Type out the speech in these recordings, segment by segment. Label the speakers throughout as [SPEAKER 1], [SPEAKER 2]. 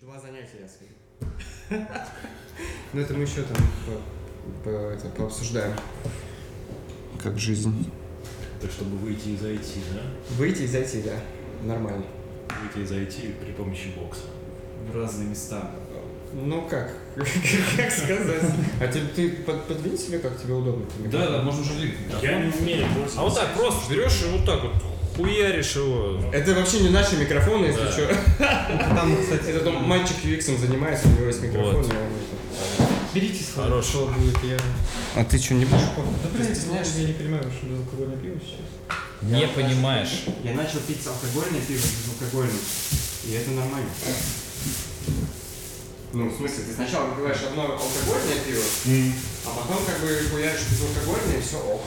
[SPEAKER 1] Два занятия я сходил. Ну это мы еще там по- по- это, пообсуждаем. Как жизнь.
[SPEAKER 2] Так чтобы выйти из IT, да?
[SPEAKER 1] Выйти и зайти, да. Нормально.
[SPEAKER 2] Выйти из IT при помощи бокса.
[SPEAKER 3] В разные места.
[SPEAKER 1] Ну как? Как сказать? А ты, ты под- подвинь себе, как тебе удобно.
[SPEAKER 3] Да, да, можно уже
[SPEAKER 2] Я не умею
[SPEAKER 4] А вот так просто берешь и вот так вот хуяришь его.
[SPEAKER 1] Это вообще не наши микрофоны, если
[SPEAKER 4] Да.
[SPEAKER 1] что.
[SPEAKER 3] Там, кстати,
[SPEAKER 1] Это там мальчик UX занимается, у него есть микрофон.
[SPEAKER 4] Вот.
[SPEAKER 1] и он это.
[SPEAKER 3] берите свое.
[SPEAKER 4] Хорош.
[SPEAKER 3] Что будет, я...
[SPEAKER 1] А ты что, не будешь?
[SPEAKER 3] Да,
[SPEAKER 1] блядь,
[SPEAKER 3] я не понимаю, что без алкогольное пиво сейчас.
[SPEAKER 4] Не понимаешь.
[SPEAKER 1] Я начал пить алкогольное пиво, безалкогольное. И это нормально. Ну, в смысле, ты сначала выпиваешь одно алкогольное пиво, а потом как бы хуяришь безалкогольное, и все ок.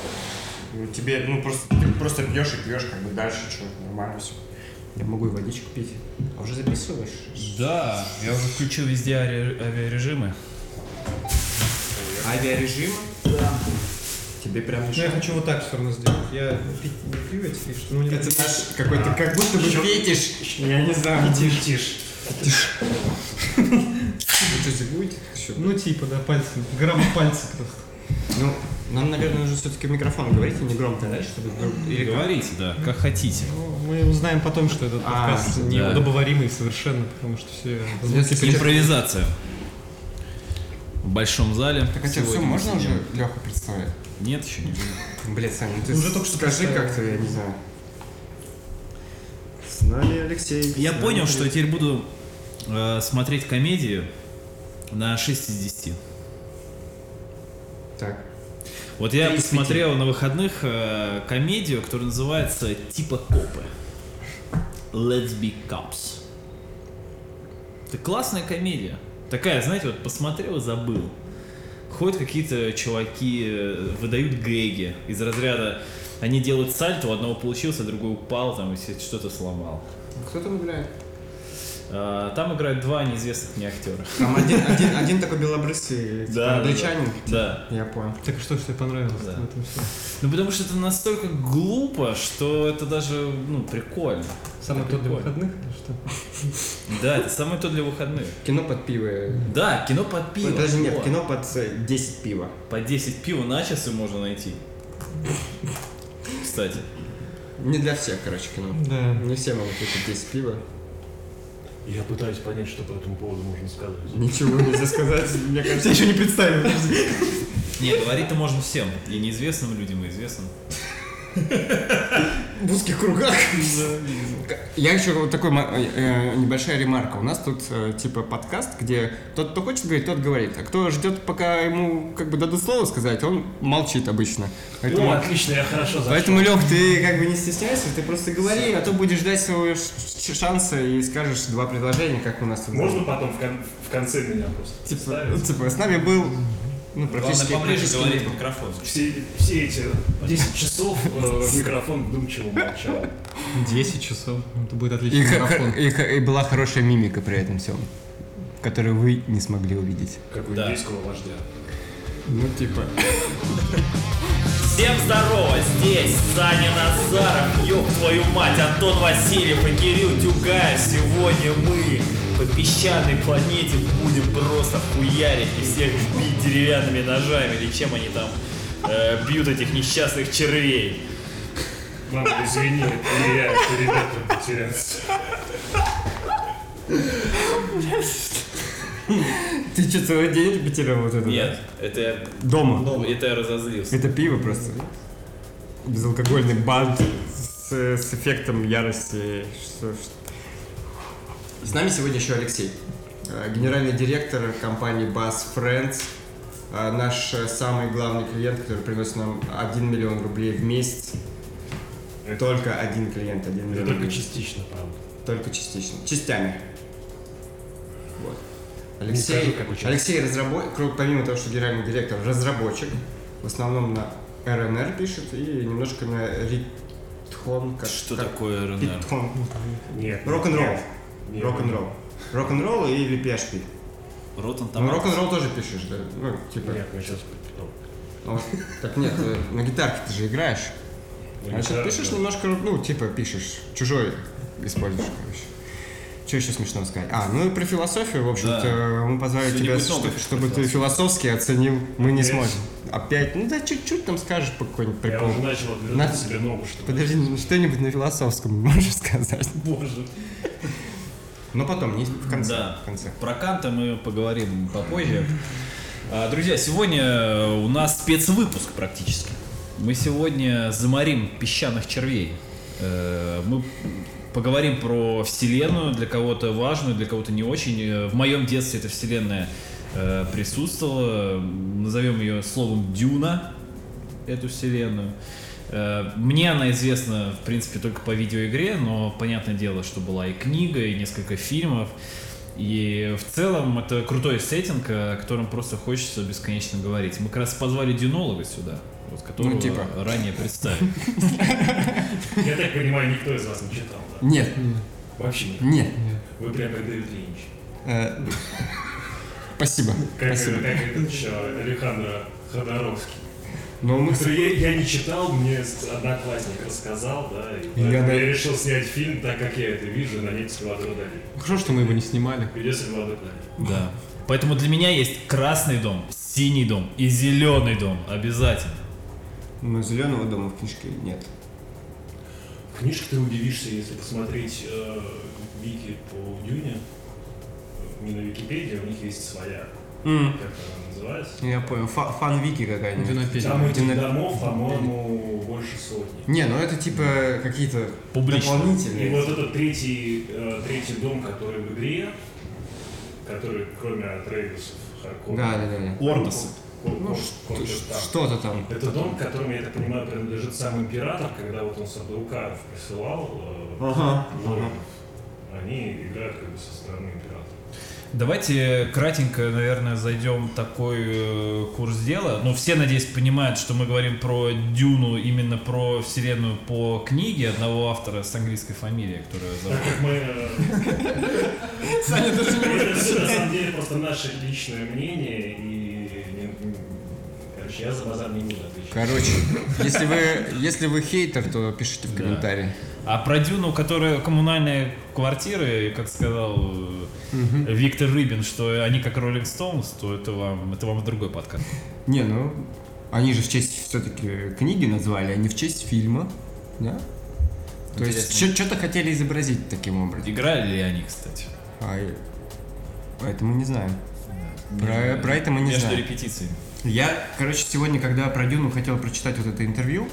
[SPEAKER 1] Ну, тебе, ну, просто, ты просто пьешь и пьешь, как бы дальше, что, нормально все. Я могу и водичку пить. А уже записываешь?
[SPEAKER 4] Да, я уже включил везде ари- авиарежимы.
[SPEAKER 1] Авиарежим? Да. Тебе прям
[SPEAKER 3] Ну, я хочу вот так все равно сделать. Я пить не пиво, я теперь, что... Ну, не...
[SPEAKER 1] Это наш какой-то, как будто бы фетиш. Я не знаю. Фетиш. Фетиш. Ну, Это же будет еще?
[SPEAKER 3] Ну, типа, да, пальцы. Грамм пальца просто.
[SPEAKER 1] Ну, нам, наверное, нужно все-таки в микрофон говорить, и не громко, да, чтобы... Или как?
[SPEAKER 4] Говорите, да, как хотите.
[SPEAKER 3] Ну, Мы узнаем потом, что этот
[SPEAKER 1] А,
[SPEAKER 3] подкаст
[SPEAKER 1] да.
[SPEAKER 3] неудобоваримый совершенно, потому что все звуки...
[SPEAKER 1] Если честно-
[SPEAKER 4] Импровизация. В большом зале.
[SPEAKER 1] Так, а тебе все
[SPEAKER 4] Сегодня мы
[SPEAKER 1] можно
[SPEAKER 4] сидим.
[SPEAKER 1] уже Леха представить?
[SPEAKER 4] Нет, еще не
[SPEAKER 1] Блять, Саня, ну ты
[SPEAKER 3] Уже только что
[SPEAKER 1] скажи
[SPEAKER 3] представил.
[SPEAKER 1] как-то, я не знаю. С нами Алексей.
[SPEAKER 4] Я понял, что я теперь буду э, смотреть комедию на 6 из 10.
[SPEAKER 1] Так.
[SPEAKER 4] Вот я
[SPEAKER 1] Три из
[SPEAKER 4] посмотрел на выходных э, комедию, которая называется «Типа копы». Let's be cops. Это классная комедия. Такая, знаете, вот посмотрел и забыл. Ходят какие-то чуваки, э, выдают гэги из разряда они делают сальто, у одного получился, другой упал там и все- что-то сломал.
[SPEAKER 1] Ну, Кто там играет?
[SPEAKER 4] А, Там играют два неизвестных мне актера.
[SPEAKER 1] Там один, один, один такой белобрысый, типа,
[SPEAKER 4] Да, да,
[SPEAKER 1] англичанин.
[SPEAKER 4] Да.
[SPEAKER 1] Я понял.
[SPEAKER 3] Так и что, что тебе понравилось
[SPEAKER 4] Да.
[SPEAKER 3] в этом всем?
[SPEAKER 4] Ну потому что это настолько глупо, что это даже, ну, прикольно.
[SPEAKER 3] Самое
[SPEAKER 4] Это
[SPEAKER 3] то для
[SPEAKER 4] прикольно.
[SPEAKER 3] выходных или что?
[SPEAKER 4] Да, это самое то для выходных.
[SPEAKER 1] Кино под пиво.
[SPEAKER 4] Да, кино под пиво.
[SPEAKER 1] Ой, Даже нет,
[SPEAKER 4] Вот.
[SPEAKER 1] кино под э, 10 пива.
[SPEAKER 4] По 10 пива на часы можно найти. Кстати.
[SPEAKER 1] Не для всех, короче, кино.
[SPEAKER 3] Да.
[SPEAKER 1] Не все могут выпить 10 пива.
[SPEAKER 2] Я пытаюсь понять, что по этому поводу можно сказать.
[SPEAKER 1] Ничего нельзя сказать, мне кажется. еще не представил.
[SPEAKER 4] Не, говорить-то можно всем. И неизвестным людям, и известным.
[SPEAKER 1] В узких кругах. Я еще вот такой ма- э, э, небольшая ремарка. У нас тут э, типа подкаст, где тот, кто хочет говорить, тот говорит. А кто ждет, пока ему как бы дадут слово сказать, он молчит обычно.
[SPEAKER 2] Ну,
[SPEAKER 1] Поэтому,
[SPEAKER 2] отлично, я хорошо зашел.
[SPEAKER 1] поэтому Лех, ты как бы не стесняйся, ты просто говори, а то будешь ждать своего ш- ш- шанса и скажешь два предложения, как у нас тут.
[SPEAKER 2] Можно потом в, кон- в конце меня просто
[SPEAKER 1] Типа,
[SPEAKER 2] вставить?
[SPEAKER 1] типа, с нами был ну,
[SPEAKER 4] Главное
[SPEAKER 1] практически...
[SPEAKER 4] поближе
[SPEAKER 1] практически
[SPEAKER 4] говорить в
[SPEAKER 1] никто.
[SPEAKER 4] микрофон.
[SPEAKER 2] Все, все эти 10 часов э, микрофон думчиво молчал.
[SPEAKER 3] 10 часов. ну, Это будет
[SPEAKER 1] И,
[SPEAKER 3] отличный
[SPEAKER 1] х-
[SPEAKER 3] марафон.
[SPEAKER 1] х- и х- и была хорошая мимика при этом всем, которую вы не смогли увидеть.
[SPEAKER 2] Как у
[SPEAKER 4] Да.
[SPEAKER 2] индийского вождя.
[SPEAKER 1] Ну, типа...
[SPEAKER 4] Всем здорово, здесь Саня Назаров, ёб твою мать, Антон Васильев и Кирилл Тюгаев. Сегодня мы по песчаной планете будем просто хуярить и всех бить деревянными ножами или чем они там э, бьют этих несчастных червей.
[SPEAKER 2] Ладно, извини, это не я, это ребята потерялся.
[SPEAKER 1] Ты что, целый день репетировал вот это? да?
[SPEAKER 4] Нет, это я,
[SPEAKER 1] Дома?
[SPEAKER 4] это я разозлился.
[SPEAKER 1] Это пиво просто. Безалкогольный бант с, с эффектом ярости. Что- что- С нами сегодня еще Алексей, э, генеральный директор компании Bass Friends, э, наш э, самый главный клиент, который приносит нам 1 миллион рублей в месяц.
[SPEAKER 2] Это-
[SPEAKER 1] Только один клиент, 1
[SPEAKER 2] Это
[SPEAKER 1] миллион
[SPEAKER 2] только
[SPEAKER 1] рублей.
[SPEAKER 2] частично, правда.
[SPEAKER 1] Только частично. Частями. Вот.
[SPEAKER 2] Не скажу,
[SPEAKER 1] Алексей,
[SPEAKER 2] как участвовать.
[SPEAKER 1] Алексей разработчик, помимо того, что генеральный директор, разработчик, в основном на РНР пишет и немножко на ритхон. как-
[SPEAKER 4] Что
[SPEAKER 1] как-
[SPEAKER 4] такое РНР?
[SPEAKER 1] ритхон.
[SPEAKER 2] Нет.
[SPEAKER 1] Рок-н-ролл.
[SPEAKER 2] нет, нет.
[SPEAKER 1] Рок-н-ролл. Рок-н-ролл или PHP.
[SPEAKER 4] Ротан
[SPEAKER 1] Ну, рок-н-ролл тоже пишешь, да? Ну, типа.
[SPEAKER 2] Нет, мы сейчас...
[SPEAKER 1] Ну, Так нет, э, на гитарке ты же играешь. А сейчас пишешь немножко, ну, типа пишешь, чужой используешь, короче. Что еще смешно сказать? А, ну и про философию, в общем-то, мы позвали
[SPEAKER 4] Что-нибудь
[SPEAKER 1] тебя,
[SPEAKER 4] новое
[SPEAKER 1] чтоб-
[SPEAKER 4] про
[SPEAKER 1] чтобы ты
[SPEAKER 4] философию.
[SPEAKER 1] философски оценил, мы не
[SPEAKER 2] Опять?
[SPEAKER 1] сможем. Опять? Ну да, чуть-чуть там скажешь по какой-нибудь
[SPEAKER 2] Я
[SPEAKER 1] приколу.
[SPEAKER 2] уже начал отгрызать
[SPEAKER 1] Надо-
[SPEAKER 2] себе ногу, что ли.
[SPEAKER 1] Подожди, ну что-нибудь на философском можешь сказать?
[SPEAKER 2] Боже.
[SPEAKER 1] Но потом, не в конце.
[SPEAKER 4] Да.
[SPEAKER 1] В конце.
[SPEAKER 4] Про Канта мы поговорим попозже. А, Друзья, сегодня э, у нас спецвыпуск практически. Мы сегодня заморим песчаных червей. Э, Мы поговорим про вселенную, для кого-то важную, для кого-то не очень. Э, В моем детстве эта вселенная э, присутствовала. Назовем ее словом Дюна, эту вселенную. Э, Мне она известна, в принципе, только по видеоигре, но понятное дело, что была и книга, и несколько фильмов. И в целом это крутой сеттинг, о котором просто хочется бесконечно говорить. Мы как раз позвали дюнолога сюда, вот, которого
[SPEAKER 1] Ну, типа.
[SPEAKER 4] ранее представили.
[SPEAKER 2] Я так понимаю, никто из вас не читал, да?
[SPEAKER 1] Нет,
[SPEAKER 2] Вообще нет.
[SPEAKER 1] нет.
[SPEAKER 2] Вы прям как Дэвид Линч.
[SPEAKER 1] Э, Спасибо.
[SPEAKER 2] Как,
[SPEAKER 1] Спасибо.
[SPEAKER 2] как этот еще Александра Ходоровский.
[SPEAKER 1] Но мы...
[SPEAKER 2] Который Я, я не читал, мне с- одноклассник рассказал, да, и
[SPEAKER 1] И я
[SPEAKER 2] поэтому я,
[SPEAKER 1] на-
[SPEAKER 2] решил снять фильм, так как я это вижу, на ней Сальвадора Дали.
[SPEAKER 5] Хорошо, что мы его не снимали.
[SPEAKER 2] Где Сальвадор Дали?
[SPEAKER 4] Да. Поэтому для меня есть красный дом, синий дом и зеленый дом. Обязательно.
[SPEAKER 1] Но зеленого дома в книжке нет.
[SPEAKER 2] В книжке ты удивишься, если посмотреть э, вики по Дюне, э, не на Википедии, у них есть своя, как она называется.
[SPEAKER 1] Я понял. Фа- Фан-вики какая-нибудь.
[SPEAKER 5] Дюнопедия.
[SPEAKER 2] Там этих
[SPEAKER 1] Дюна-
[SPEAKER 2] домов, по-моему, больше сотни.
[SPEAKER 1] Не, ну это типа какие-то
[SPEAKER 4] Публично.
[SPEAKER 2] И
[SPEAKER 1] дополнительные.
[SPEAKER 2] вот этот третий, э, третий дом, который в игре, который кроме Атрейдусов, Харков,
[SPEAKER 1] Да, да, да. да.
[SPEAKER 4] Ордосы.
[SPEAKER 1] Ну, что- что-то там.
[SPEAKER 2] Это дом, которому, я так понимаю, принадлежит сам император, когда вот он Сабдукаров присылал э,
[SPEAKER 1] Ага.
[SPEAKER 2] воинов. Они играют как бы со стороны императора.
[SPEAKER 4] Давайте кратенько, наверное, зайдем в такой э, курс дела. Ну, все, надеюсь, понимают, что мы говорим про Дюну, именно про вселенную по книге одного автора с английской фамилией, которая
[SPEAKER 2] Так
[SPEAKER 4] зовут...
[SPEAKER 2] как мы... Саня даже не Это на самом деле просто наше личное мнение и... не- не- Короче, я за базар не буду отвечать.
[SPEAKER 1] Короче, если вы, если вы хейтер, то пишите в
[SPEAKER 4] Да.
[SPEAKER 1] комментарии.
[SPEAKER 4] А про Дюну, которая коммунальные квартиры, и, как сказал э, Виктор Рыбин, что они как Роллинг Стоунс, то это вам, это вам другой подкаст.
[SPEAKER 1] Не, ну, они же в честь все-таки книги назвали, а не в честь фильма, да? То есть что-то хотели изобразить таким образом.
[SPEAKER 4] Играли ли они, кстати?
[SPEAKER 1] А, и- поэтому не знаю. Про, про это мы не
[SPEAKER 4] Между
[SPEAKER 1] знаем.
[SPEAKER 4] репетициями.
[SPEAKER 1] Я, короче, сегодня, когда про Дюну хотел прочитать вот это интервью,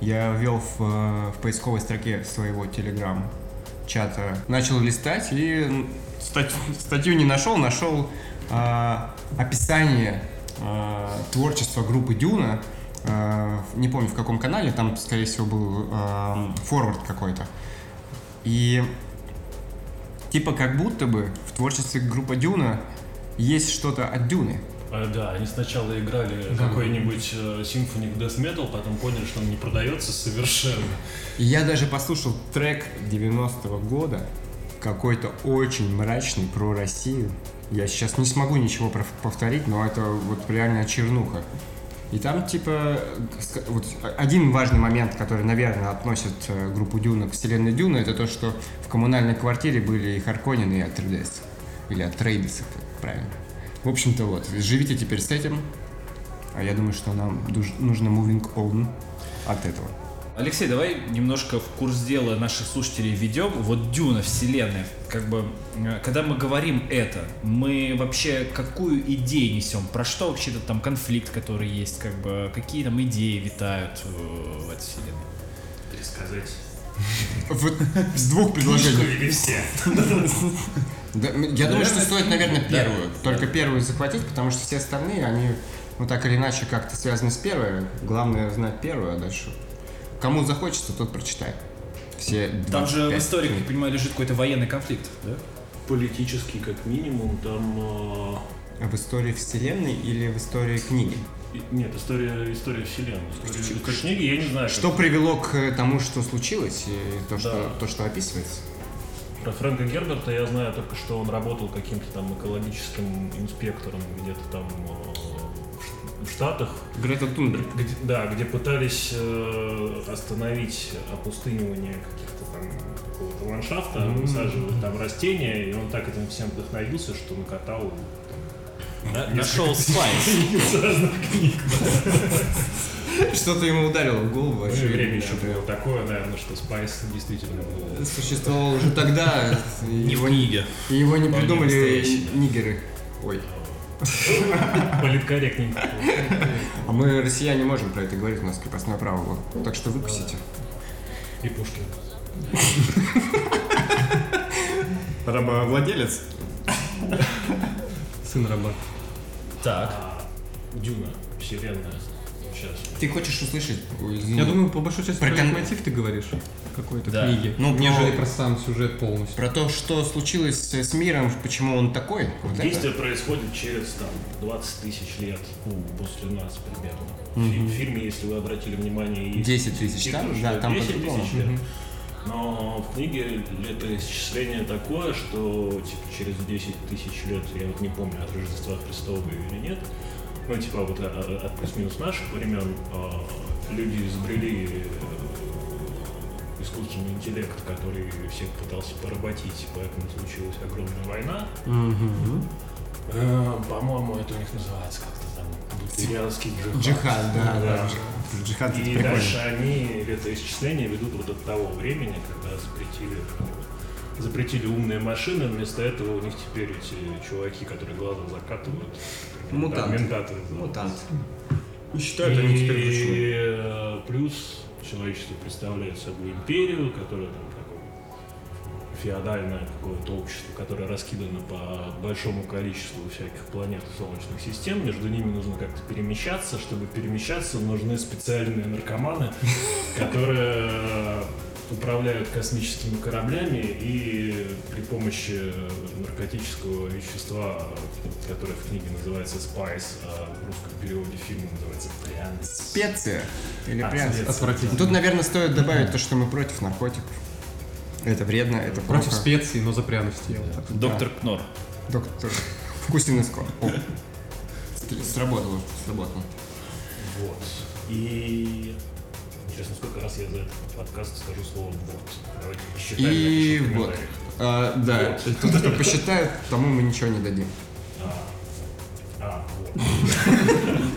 [SPEAKER 1] я ввел в, э, в поисковой строке своего телеграм-чата, начал листать и м, статью, статью не нашел, нашел а, описание а, творчества группы Дюна, а, в- не помню в каком канале, там, скорее всего, был а, форвард какой-то. И типа как будто бы в творчестве группы Дюна есть что-то от Дюны.
[SPEAKER 6] А, да, они сначала играли какой-нибудь э, Symphonic Death Metal, потом поняли, что он не продается совершенно.
[SPEAKER 1] И Я даже послушал трек 90-го года, какой-то очень мрачный про Россию. Я сейчас не смогу ничего проф- повторить, но это вот реально чернуха. И там, типа, ск- вот один важный момент, который, наверное, относит э, группу Дюна к вселенной Дюна, это то, что в коммунальной квартире были и Харконин, и Атрейдес. Или Атрейдес, это правильно. В общем-то, вот, живите теперь с этим. А я думаю, что нам дуж- нужно moving on от этого.
[SPEAKER 4] Алексей, давай немножко в курс дела наших слушателей ведем. Вот Дюна вселенная, как бы, э, когда мы говорим это, мы вообще какую идею несем? Про что вообще-то там конфликт, который есть, как бы, какие там идеи витают э, в этой вселенной?
[SPEAKER 2] Пересказать.
[SPEAKER 1] Вот с двух
[SPEAKER 6] Ну,
[SPEAKER 1] предложений.
[SPEAKER 2] Книжку все.
[SPEAKER 1] Да, м, я думаю, что стоит, наверное, первую. Только первую захватить, потому что все остальные, они, ну так или иначе, как-то связаны с первой. Главное знать первую, а дальше. Кому захочется, тот прочитает. Все
[SPEAKER 4] Там же в
[SPEAKER 1] 25
[SPEAKER 4] истории, как я
[SPEAKER 1] книг.
[SPEAKER 4] понимаю, лежит какой-то военный конфликт, да?
[SPEAKER 6] Политически, как минимум, там...
[SPEAKER 1] А В истории вселенной или в истории книги?
[SPEAKER 6] э, и- Нет, история, история вселенной. История история книги, я не знаю. как-
[SPEAKER 1] Что привело к э, тому, что случилось, и то, что,
[SPEAKER 6] Да.
[SPEAKER 1] то, что описывается?
[SPEAKER 6] Про Фрэнка Герберта я знаю только, что он работал каким-то там экологическим инспектором где-то там э, в Ш- в Штатах,
[SPEAKER 1] Грета Тунберг.
[SPEAKER 6] где, да, где пытались э, остановить опустынивание каких-то там какого-то ландшафта, высаживали там растения, и он так этим всем вдохновился, что накатал
[SPEAKER 4] На- Нашел спайс.
[SPEAKER 1] Что-то ему ударило в голову.
[SPEAKER 6] Ну и
[SPEAKER 1] очевидно,
[SPEAKER 6] время
[SPEAKER 1] да.
[SPEAKER 6] еще было такое, наверное, что Спайс действительно был.
[SPEAKER 1] Существовал уже тогда. и его
[SPEAKER 4] книге.
[SPEAKER 1] И его не
[SPEAKER 6] Вполне
[SPEAKER 1] придумали
[SPEAKER 6] настоящий, да.
[SPEAKER 1] нигеры. Ой.
[SPEAKER 6] Политкорректненько.
[SPEAKER 1] А мы, россияне, можем про это говорить, у нас крепостное право было. Так что выкусите.
[SPEAKER 6] И Пушкин.
[SPEAKER 1] Рабовладелец?
[SPEAKER 3] Сын раба.
[SPEAKER 4] Так.
[SPEAKER 6] А Дюна, вселенная. Сейчас.
[SPEAKER 1] Ты хочешь услышать? Ой, извини.
[SPEAKER 3] Я думаю, по большой части
[SPEAKER 1] Про
[SPEAKER 3] про
[SPEAKER 1] кон-
[SPEAKER 3] мотив ты говоришь в какой-то
[SPEAKER 4] Ну, Да.
[SPEAKER 3] книге,
[SPEAKER 1] Ну,
[SPEAKER 3] нежели
[SPEAKER 1] про-
[SPEAKER 3] про сам сюжет полностью.
[SPEAKER 1] Про то, что случилось с миром, почему он такой. Вот это.
[SPEAKER 6] Действие происходит через там 20 тысяч лет после нас примерно. Фи- В фильме, если вы обратили внимание, есть
[SPEAKER 1] 10 тысяч,
[SPEAKER 6] титр,
[SPEAKER 1] там,
[SPEAKER 6] что
[SPEAKER 1] да, там
[SPEAKER 6] 10
[SPEAKER 1] по-другому.
[SPEAKER 6] тысяч лет. Но в книге летоисчисление такое, что типа через 10 тысяч лет, я вот не помню, от Рождества Христова или нет, ну типа вот а, а, от плюс-минус наших времен а, люди изобрели э, искусственный интеллект, который всех пытался поработить, поэтому случилась огромная война. Э, По-моему, это у них называется как-то там
[SPEAKER 1] Типа
[SPEAKER 6] бутерианский джихад.
[SPEAKER 1] Джихад, да, да. Джихад это
[SPEAKER 6] И
[SPEAKER 1] прикольно.
[SPEAKER 6] дальше они летоисчисления ведут вот от того времени, когда запретили, ну, запретили умные машины, вместо этого у них теперь эти чуваки, которые глаза закатывают,
[SPEAKER 1] Мутанты.
[SPEAKER 6] ментаторы. да.
[SPEAKER 1] Мутант. И
[SPEAKER 6] И
[SPEAKER 1] считают они теперь лучшими.
[SPEAKER 6] э, плюс человечество представляет собой империю, которая там такое феодальное какое-то общество, которое раскидано по большому количеству всяких планет и солнечных систем. Между ними нужно как-то перемещаться. Чтобы перемещаться, нужны специальные наркоманы, которые э, управляют космическими кораблями и при помощи наркотического вещества, э, которое в книге называется Spice, а в русском переводе фильма называется Прянс.
[SPEAKER 1] Специя. Или
[SPEAKER 6] А,
[SPEAKER 1] прям.
[SPEAKER 6] специя.
[SPEAKER 3] Отвратительно.
[SPEAKER 1] Тут, наверное, стоит добавить то, что мы против наркотиков. Это вредно, это
[SPEAKER 3] Против
[SPEAKER 1] плохо.
[SPEAKER 3] специй, но за пряности. я вот так.
[SPEAKER 4] Доктор Кнор.
[SPEAKER 1] Доктор. Вкусен и скор. О. С- Сработало, сработало.
[SPEAKER 6] Вот. И... Интересно, сколько раз я за этот подкаст скажу слово «вот». Давайте посчитаем
[SPEAKER 1] И
[SPEAKER 6] напишите в
[SPEAKER 1] вот.
[SPEAKER 6] комментариях.
[SPEAKER 1] А, да, тот, кто посчитает, тому мы ничего не дадим.
[SPEAKER 6] А, а, вот.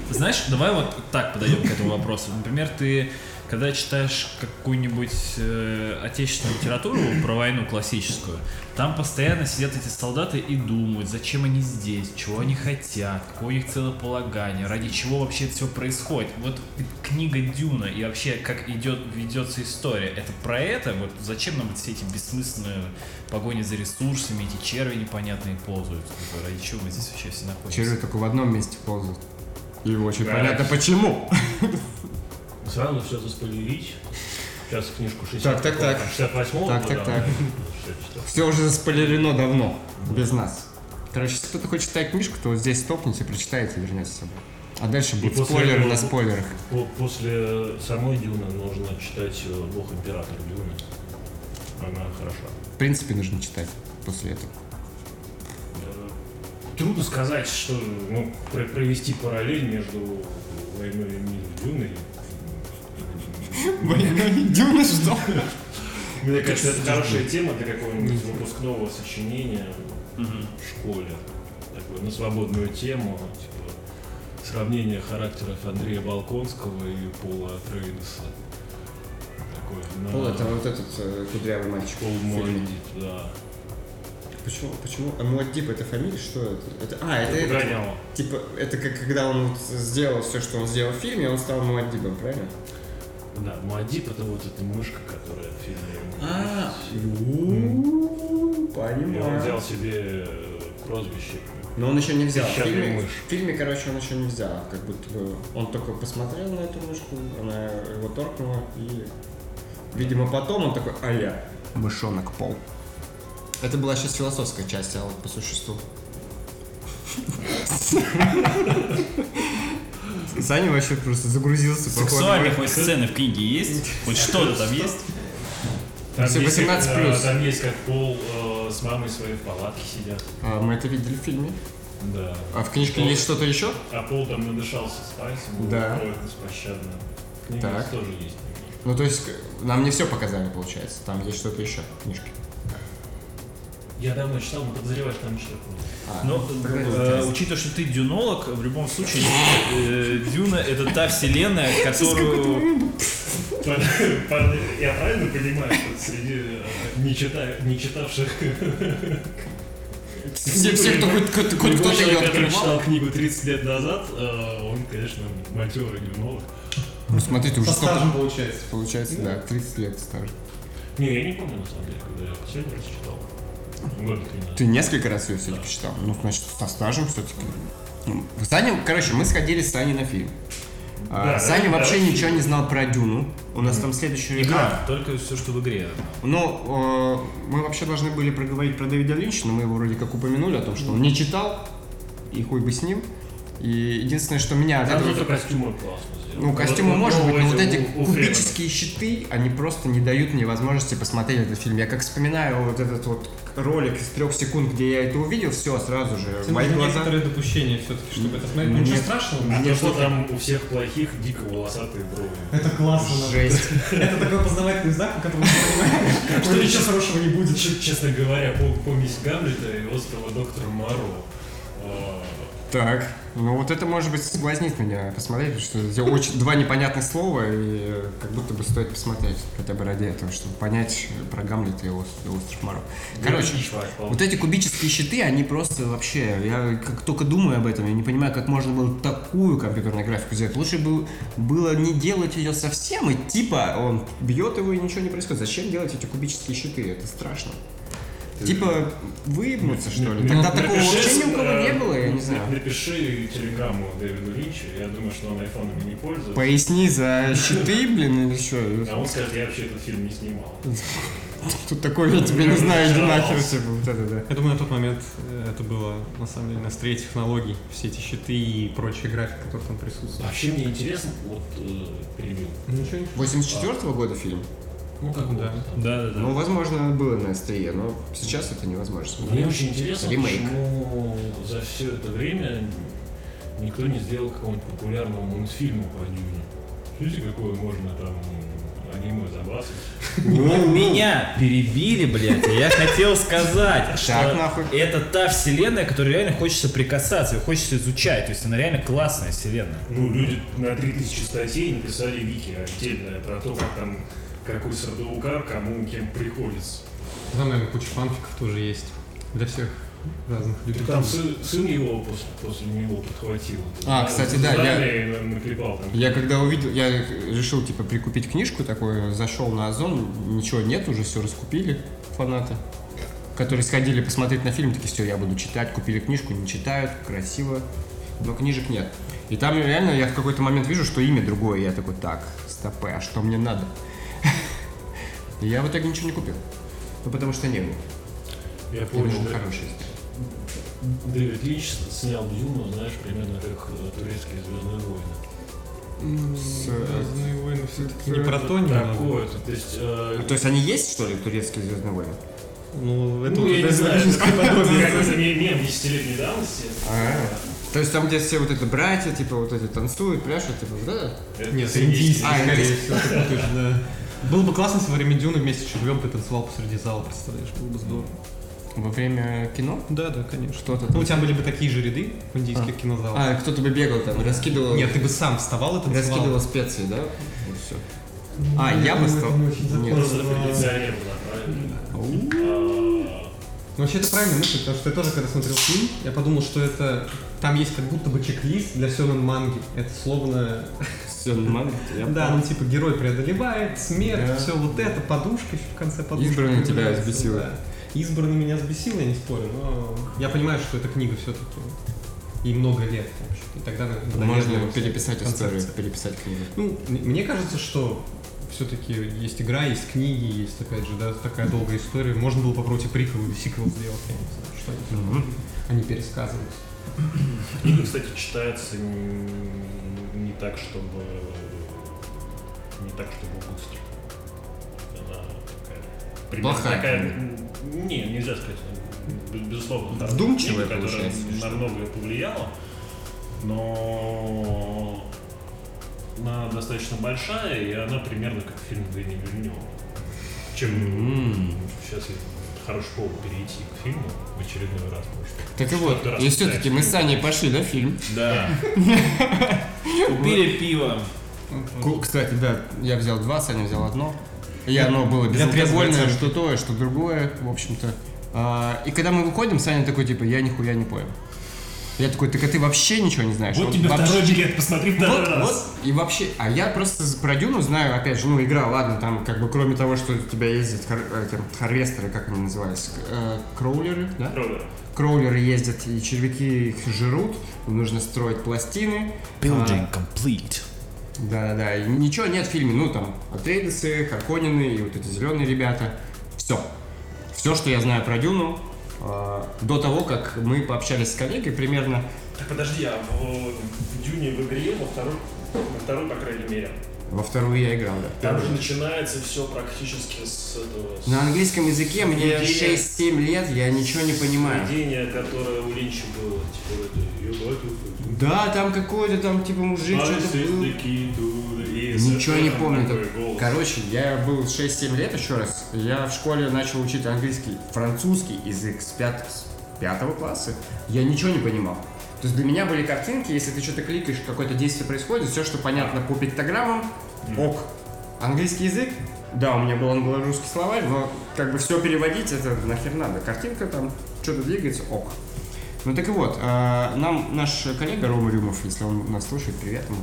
[SPEAKER 4] Знаешь, давай вот так подойдем к этому вопросу. Например, ты когда читаешь какую-нибудь э, отечественную литературу про войну классическую, там постоянно сидят эти солдаты и думают, зачем они здесь, чего они хотят, какое у них целополагание, ради чего вообще это все происходит. Вот книга Дюна и вообще как идет, ведется история, это про это? Вот зачем нам вот все эти бессмысленные погони за ресурсами, эти черви непонятные ползают? Как бы Ради чего мы здесь вообще все находимся?
[SPEAKER 1] Черви только в одном месте ползают. И очень
[SPEAKER 6] Да.
[SPEAKER 1] понятно почему.
[SPEAKER 6] Сразу все заспойлерить. Сейчас книжку 60
[SPEAKER 1] Так, так, так.
[SPEAKER 6] 68
[SPEAKER 1] Так, так, так. Все уже заспойлерено давно, без нас. Короче, если кто-то хочет читать книжку, то здесь стопните, прочитайте и вернете с собой. А дальше будут
[SPEAKER 6] после
[SPEAKER 1] спойлеры
[SPEAKER 6] этого-
[SPEAKER 1] на спойлерах.
[SPEAKER 6] После самой Дюны нужно читать э, «Бог император Дюны». Она хороша.
[SPEAKER 1] В принципе, нужно читать после этого.
[SPEAKER 6] Э, Трудно сказать, что ну, про- провести параллель между войной и миром Дюны. ну,
[SPEAKER 1] Дюна что?
[SPEAKER 6] Мне кажется, это хорошая тема для какого-нибудь выпускного сочинения в школе. Такую на свободную тему, типа сравнение характеров Андрея Балконского и Пола Атрейдеса. Такое на
[SPEAKER 1] Пол, это вот этот э, кудрявый мальчик.
[SPEAKER 6] Пол
[SPEAKER 1] в
[SPEAKER 6] Морди,
[SPEAKER 1] фильме.
[SPEAKER 6] да.
[SPEAKER 1] А Почему? Почему? А Муаддиб это фамилия? Что это? это а, это, этот,
[SPEAKER 6] Угонял.
[SPEAKER 1] типа, это как когда он вот сделал все, что он сделал в фильме, он стал Муаддибом, правильно?
[SPEAKER 6] Да, Муадиб это вот эта мышка, которая в фильме.
[SPEAKER 1] А.
[SPEAKER 6] А.
[SPEAKER 1] У-у-у,
[SPEAKER 6] И он взял
[SPEAKER 1] Понимаю.
[SPEAKER 6] себе э, прозвище.
[SPEAKER 1] Но он еще не взял. В
[SPEAKER 6] Песчаная
[SPEAKER 1] фильме,
[SPEAKER 6] мышь.
[SPEAKER 1] в фильме, короче, он еще не взял. Как будто бы он только посмотрел на эту мышку, она его торкнула и... Видимо, потом он такой, а я. Мышонок пол. Это была сейчас философская часть, а вот по существу. Саня вообще просто загрузился. походу.
[SPEAKER 4] Сексуальные хоть сцены в книге есть? Хоть что-то там есть?
[SPEAKER 6] Там
[SPEAKER 1] Все
[SPEAKER 6] есть,
[SPEAKER 1] 18+.
[SPEAKER 6] э, Там есть как пол э, с мамой своей в палатке сидят.
[SPEAKER 1] А, мы это видели в фильме.
[SPEAKER 6] Да.
[SPEAKER 1] А в книжке есть что-то еще?
[SPEAKER 6] А Пол там надышался спайсом, был
[SPEAKER 1] Да.
[SPEAKER 6] кровь беспощадная. Книга
[SPEAKER 1] Так.
[SPEAKER 6] тоже есть. немножко.
[SPEAKER 1] Ну, то есть, к- нам не все показали, получается. Там есть что-то еще в книжке.
[SPEAKER 6] Я давно читал, но подозреваю, что там еще такое.
[SPEAKER 1] А,
[SPEAKER 4] Но,
[SPEAKER 1] тогда
[SPEAKER 4] э,
[SPEAKER 1] интересно.
[SPEAKER 4] учитывая, что ты дюнолог, в любом случае, э, Дюна — это та вселенная, которую...
[SPEAKER 6] Парни, Я правильно понимаю, что среди э, не чита- не читавших...
[SPEAKER 1] Все, все, кто хоть, хоть- хоть
[SPEAKER 6] любой
[SPEAKER 1] кто-то ее
[SPEAKER 6] человек, который
[SPEAKER 1] открывал.
[SPEAKER 6] читал книгу 30 лет назад, э, он, конечно, матерый дюнолог.
[SPEAKER 1] Ну, смотри, ты
[SPEAKER 3] Со
[SPEAKER 1] уже
[SPEAKER 3] стажем
[SPEAKER 1] сколько...
[SPEAKER 3] получается.
[SPEAKER 1] Получается, да, 30 лет стар.
[SPEAKER 6] Не, я не помню, на самом деле, когда я последний раз читал. Ну, Года три назад.
[SPEAKER 1] Ты несколько раз ее все-таки читал. Ну, значит, со стажем все-таки. Саня, короче, мы сходили с Саней на фильм. А,
[SPEAKER 6] Да,
[SPEAKER 1] Саня
[SPEAKER 6] да,
[SPEAKER 1] вообще
[SPEAKER 6] фильм.
[SPEAKER 1] ничего не знал про Дюну. У нас там следующая игра.
[SPEAKER 4] Только все, что в игре.
[SPEAKER 1] Ну, э, мы вообще должны были проговорить про Дэвида Линча, но мы его вроде как упомянули о том, что он не читал, и хуй бы с ним. И единственное, что меня от
[SPEAKER 6] Там
[SPEAKER 1] этого-
[SPEAKER 6] зато костюмы классно сделаны.
[SPEAKER 1] Ну, костюмы
[SPEAKER 6] Вот-
[SPEAKER 1] может
[SPEAKER 6] вот
[SPEAKER 1] быть, но вот
[SPEAKER 6] новые
[SPEAKER 1] эти
[SPEAKER 6] у- у Фрейда.
[SPEAKER 1] кубические щиты, они просто не дают мне возможности посмотреть этот фильм. Я как вспоминаю вот этот вот ролик из трех секунд, где я это увидел, все, сразу же,
[SPEAKER 3] Тебе
[SPEAKER 1] мои
[SPEAKER 3] нужны
[SPEAKER 1] глаза...
[SPEAKER 3] некоторые допущения все-таки, чтобы это смотреть. Ну,
[SPEAKER 1] Нет.
[SPEAKER 3] Ничего страшного.
[SPEAKER 6] А
[SPEAKER 1] Мне
[SPEAKER 6] то, что
[SPEAKER 1] что-то-
[SPEAKER 6] там у всех плохих дико волосатые брови.
[SPEAKER 3] Это классно. надо.
[SPEAKER 1] Жесть.
[SPEAKER 3] Это такой познавательный знак, по которому ты понимаешь, что ничего хорошего не будет.
[SPEAKER 6] Ч- Честно говоря, пом- помесь Гамлета и острова доктора Моро. Э,
[SPEAKER 1] Так, ну вот это, может быть, соблазнит меня посмотреть, потому что здесь очень два непонятных слова, и э, как будто бы стоит посмотреть, хотя бы ради этого, чтобы понять э, про Гамлета и ос- и остров Моров. Короче,
[SPEAKER 6] Гамлет и Шварцвалд.
[SPEAKER 1] вот эти кубические щиты, они просто вообще, я как только думаю об этом, я не понимаю, как можно было такую компьютерную графику сделать. Лучше бы было не делать ее совсем, и типа он бьет его и ничего не происходит. Зачем делать эти кубические щиты? Это страшно. Типа, выебнуться, что ли?
[SPEAKER 6] Ну,
[SPEAKER 1] Тогда такого
[SPEAKER 6] напиши,
[SPEAKER 1] вообще ни у кого не
[SPEAKER 6] э,
[SPEAKER 1] было, я не
[SPEAKER 6] на-
[SPEAKER 1] знаю.
[SPEAKER 6] Напиши телеграмму Дэвиду Линчу, я думаю, что он айфонами не пользуется.
[SPEAKER 1] Поясни за щиты, блин, или что?
[SPEAKER 6] А он скажет, я вообще этот фильм не снимал.
[SPEAKER 1] Тут такое, я тебя не знаю, иди нахер типа, вот это, да.
[SPEAKER 3] Я думаю, на тот момент э, это было, на самом деле, на строительных технологий, все эти щиты и прочая графика, которая там присутствует.
[SPEAKER 6] Вообще мне интересно, вот э, перебил.
[SPEAKER 3] Ничего не...
[SPEAKER 1] 84 года фильм?
[SPEAKER 3] Ну, как да.
[SPEAKER 6] Да, да,
[SPEAKER 1] Ну, возможно, было на острие, но сейчас это невозможно
[SPEAKER 6] Мне
[SPEAKER 1] смотреть.
[SPEAKER 6] очень интересно,
[SPEAKER 1] Ремейк.
[SPEAKER 6] почему за все это время никто не сделал какого-нибудь популярного мультфильма по Дюне. Видите, какое можно там аниме забрасывать?
[SPEAKER 4] Ну, меня перебили, блядь, и я хотел сказать, что
[SPEAKER 1] Так, нахуй.
[SPEAKER 4] это та вселенная, которой реально хочется прикасаться, ее хочется изучать, то есть она реально классная вселенная.
[SPEAKER 6] Ну, люди на 3000 статей написали вики отдельное про то, как там какой сардоукар, кому кем приходится.
[SPEAKER 3] Там, наверное, куча фанфиков тоже есть. Для всех разных людей.
[SPEAKER 6] Там сы- сын его пос- после, него подхватил.
[SPEAKER 1] А, кстати, да, я-
[SPEAKER 6] я... э, Наклепал там.
[SPEAKER 1] Я когда увидел, я решил, типа, прикупить книжку такую, зашел на Озон, ничего нет, уже все раскупили фанаты, которые сходили посмотреть на фильм, такие, все, я буду читать, купили книжку, не читают, красиво, но книжек нет. И там реально я в какой-то момент вижу, что имя другое, я такой, так, стопэ, а что мне надо? И я в итоге ничего не купил. Ну, потому что не было.
[SPEAKER 6] Я
[SPEAKER 1] Я
[SPEAKER 6] помню,
[SPEAKER 1] думал,
[SPEAKER 6] да,
[SPEAKER 1] хороший.
[SPEAKER 6] Дэвид Линч снял Дюну, знаешь, примерно как э, турецкие «Звездные войны».
[SPEAKER 1] С-
[SPEAKER 6] э,
[SPEAKER 1] э,
[SPEAKER 3] Разные войны все-таки не про то, не надо.
[SPEAKER 6] Такое, то есть... э,
[SPEAKER 1] То есть они есть, что ли, турецкие звездные войны?
[SPEAKER 3] Ну, это
[SPEAKER 6] ну,
[SPEAKER 3] уже
[SPEAKER 6] я не
[SPEAKER 3] даже
[SPEAKER 6] знаю,
[SPEAKER 3] близко подобие.
[SPEAKER 6] какой-то мем мем десятилетней давности.
[SPEAKER 1] А, То есть там, где все вот это братья, типа, вот эти танцуют, пляшут, типа, вот это?
[SPEAKER 6] Это
[SPEAKER 3] Нет,
[SPEAKER 6] индийский.
[SPEAKER 3] индийский,
[SPEAKER 1] А,
[SPEAKER 3] скорее всего, ты путаешь, да. Было бы классно, если во время Дюны вместе с Червем ты танцевал посреди зала, представляешь, было бы здорово.
[SPEAKER 1] Во время кино?
[SPEAKER 3] Да, да, конечно.
[SPEAKER 1] Что-то
[SPEAKER 3] Ну, у
[SPEAKER 1] там.
[SPEAKER 3] тебя были бы такие же ряды в индийских кинозалах.
[SPEAKER 1] А, кто-то бы бегал там, раскидывал...
[SPEAKER 3] Нет, ты бы сам вставал и танцевал.
[SPEAKER 1] раскидывал специи, да? Вот все. А, я бы стал... Нет.
[SPEAKER 6] Просто кондиционер направлен.
[SPEAKER 1] Ау.
[SPEAKER 6] А,
[SPEAKER 3] Ну, вообще, это правильная мысль, потому что я тоже, когда смотрел фильм, я подумал, что это... Там есть как будто бы чек-лист для сёнэн манги. Это словно...
[SPEAKER 1] Все нормально, я
[SPEAKER 3] Да, ну типа герой преодолевает, смерть,
[SPEAKER 1] Да.
[SPEAKER 3] все вот это, подушка еще в конце подушки.
[SPEAKER 1] Избранный тебя
[SPEAKER 3] появляется,
[SPEAKER 1] взбесило.
[SPEAKER 3] да. Избранный меня взбесил, я не спорю, но я понимаю, что это книга все-таки. И много лет, в общем. И тогда, наверное,
[SPEAKER 1] Можно
[SPEAKER 3] вот
[SPEAKER 1] переписать
[SPEAKER 3] концепция.
[SPEAKER 1] историю, переписать книгу.
[SPEAKER 3] Ну, м- мне кажется, что все-таки есть игра, есть книги, есть, опять же, да, такая долгая история. Можно было попробовать и приквел или сиквел сделать, я не знаю, что-нибудь. Они пересказывают.
[SPEAKER 6] Книга, кстати, читается н- не так, чтобы... Не так, чтобы густо. Она такая примерно
[SPEAKER 1] Плохая
[SPEAKER 6] такая... м, Не, нельзя сказать. б- Безусловно, хорошая
[SPEAKER 1] Вдумчивая,
[SPEAKER 6] книга, которая
[SPEAKER 1] получается, что
[SPEAKER 6] на
[SPEAKER 1] ли?
[SPEAKER 6] многое повлияла, но она достаточно большая, и она примерно как фильм Дэнни Вильнёва. Чем сейчас я хороший повод перейти к фильму в очередной раз, потому что
[SPEAKER 1] Так и вот,
[SPEAKER 6] раз
[SPEAKER 1] и все-таки мы с Саней пошли, да, фильм?
[SPEAKER 4] Да. Купили пиво.
[SPEAKER 1] Ку- Кстати, да, я взял два, Саня взял одно. И оно было
[SPEAKER 3] Для трезвой
[SPEAKER 1] безалкогольное,
[SPEAKER 3] оценки.
[SPEAKER 1] что то, что другое, в общем-то. А, и когда мы выходим, Саня такой, типа, я нихуя не понял. Я такой, так а ты вообще ничего не знаешь? Он
[SPEAKER 4] Вот тебе
[SPEAKER 1] вообще-
[SPEAKER 4] второй билет, посмотри второй
[SPEAKER 1] вот,
[SPEAKER 4] раз.
[SPEAKER 1] вот, и вообще, а я просто за- про Дюну знаю, опять же, ну, игра, ладно, там, как бы, кроме того, что у тебя ездят хар- эти, харвестеры, как они называются, к- э, кроулеры, да?
[SPEAKER 6] Ровер.
[SPEAKER 1] Кроулеры ездят, и червяки их жрут, им нужно строить пластины.
[SPEAKER 4] Building complete.
[SPEAKER 1] Да-да-да, и ничего нет в фильме, ну там Атрейдесы, Харконины и вот эти зеленые ребята. Все. Все, что я знаю про Дюну, э, до того, как мы пообщались с коллегой примерно.
[SPEAKER 6] Так подожди, а в, в Дюне в игре во второй, во второй, по крайней мере,
[SPEAKER 1] Во вторую я играл, да.
[SPEAKER 6] там же начинается все практически с этого... с
[SPEAKER 1] На английском языке мне
[SPEAKER 6] Идея.
[SPEAKER 1] 6-7 лет, я Ну, ничего не понимаю.
[SPEAKER 6] Видение, которое у Линча было, типа, вот это, «Ебать, вот
[SPEAKER 1] Да, там какой-то там типа мужик
[SPEAKER 6] это,
[SPEAKER 1] что-то
[SPEAKER 6] «Ice is
[SPEAKER 1] был.
[SPEAKER 6] the key to the east».
[SPEAKER 1] Ничего не
[SPEAKER 6] Там
[SPEAKER 1] помню.
[SPEAKER 6] такой
[SPEAKER 1] так-
[SPEAKER 6] голос.
[SPEAKER 1] Короче, я был 6-7 лет еще раз. Я в школе начал учить английский, французский язык с 5, пятого класса. Я ничего не понимал. То есть для меня были картинки, если ты что-то кликаешь, какое-то действие происходит, все, что понятно по пиктограммам, ок. Английский язык, да, у меня был англо-русский словарь, но как бы все переводить, это нахер надо. Картинка там, что-то двигается, ок. Ну так и вот, а, нам наш коллега Рома Рюмов, если он нас слушает, привет ему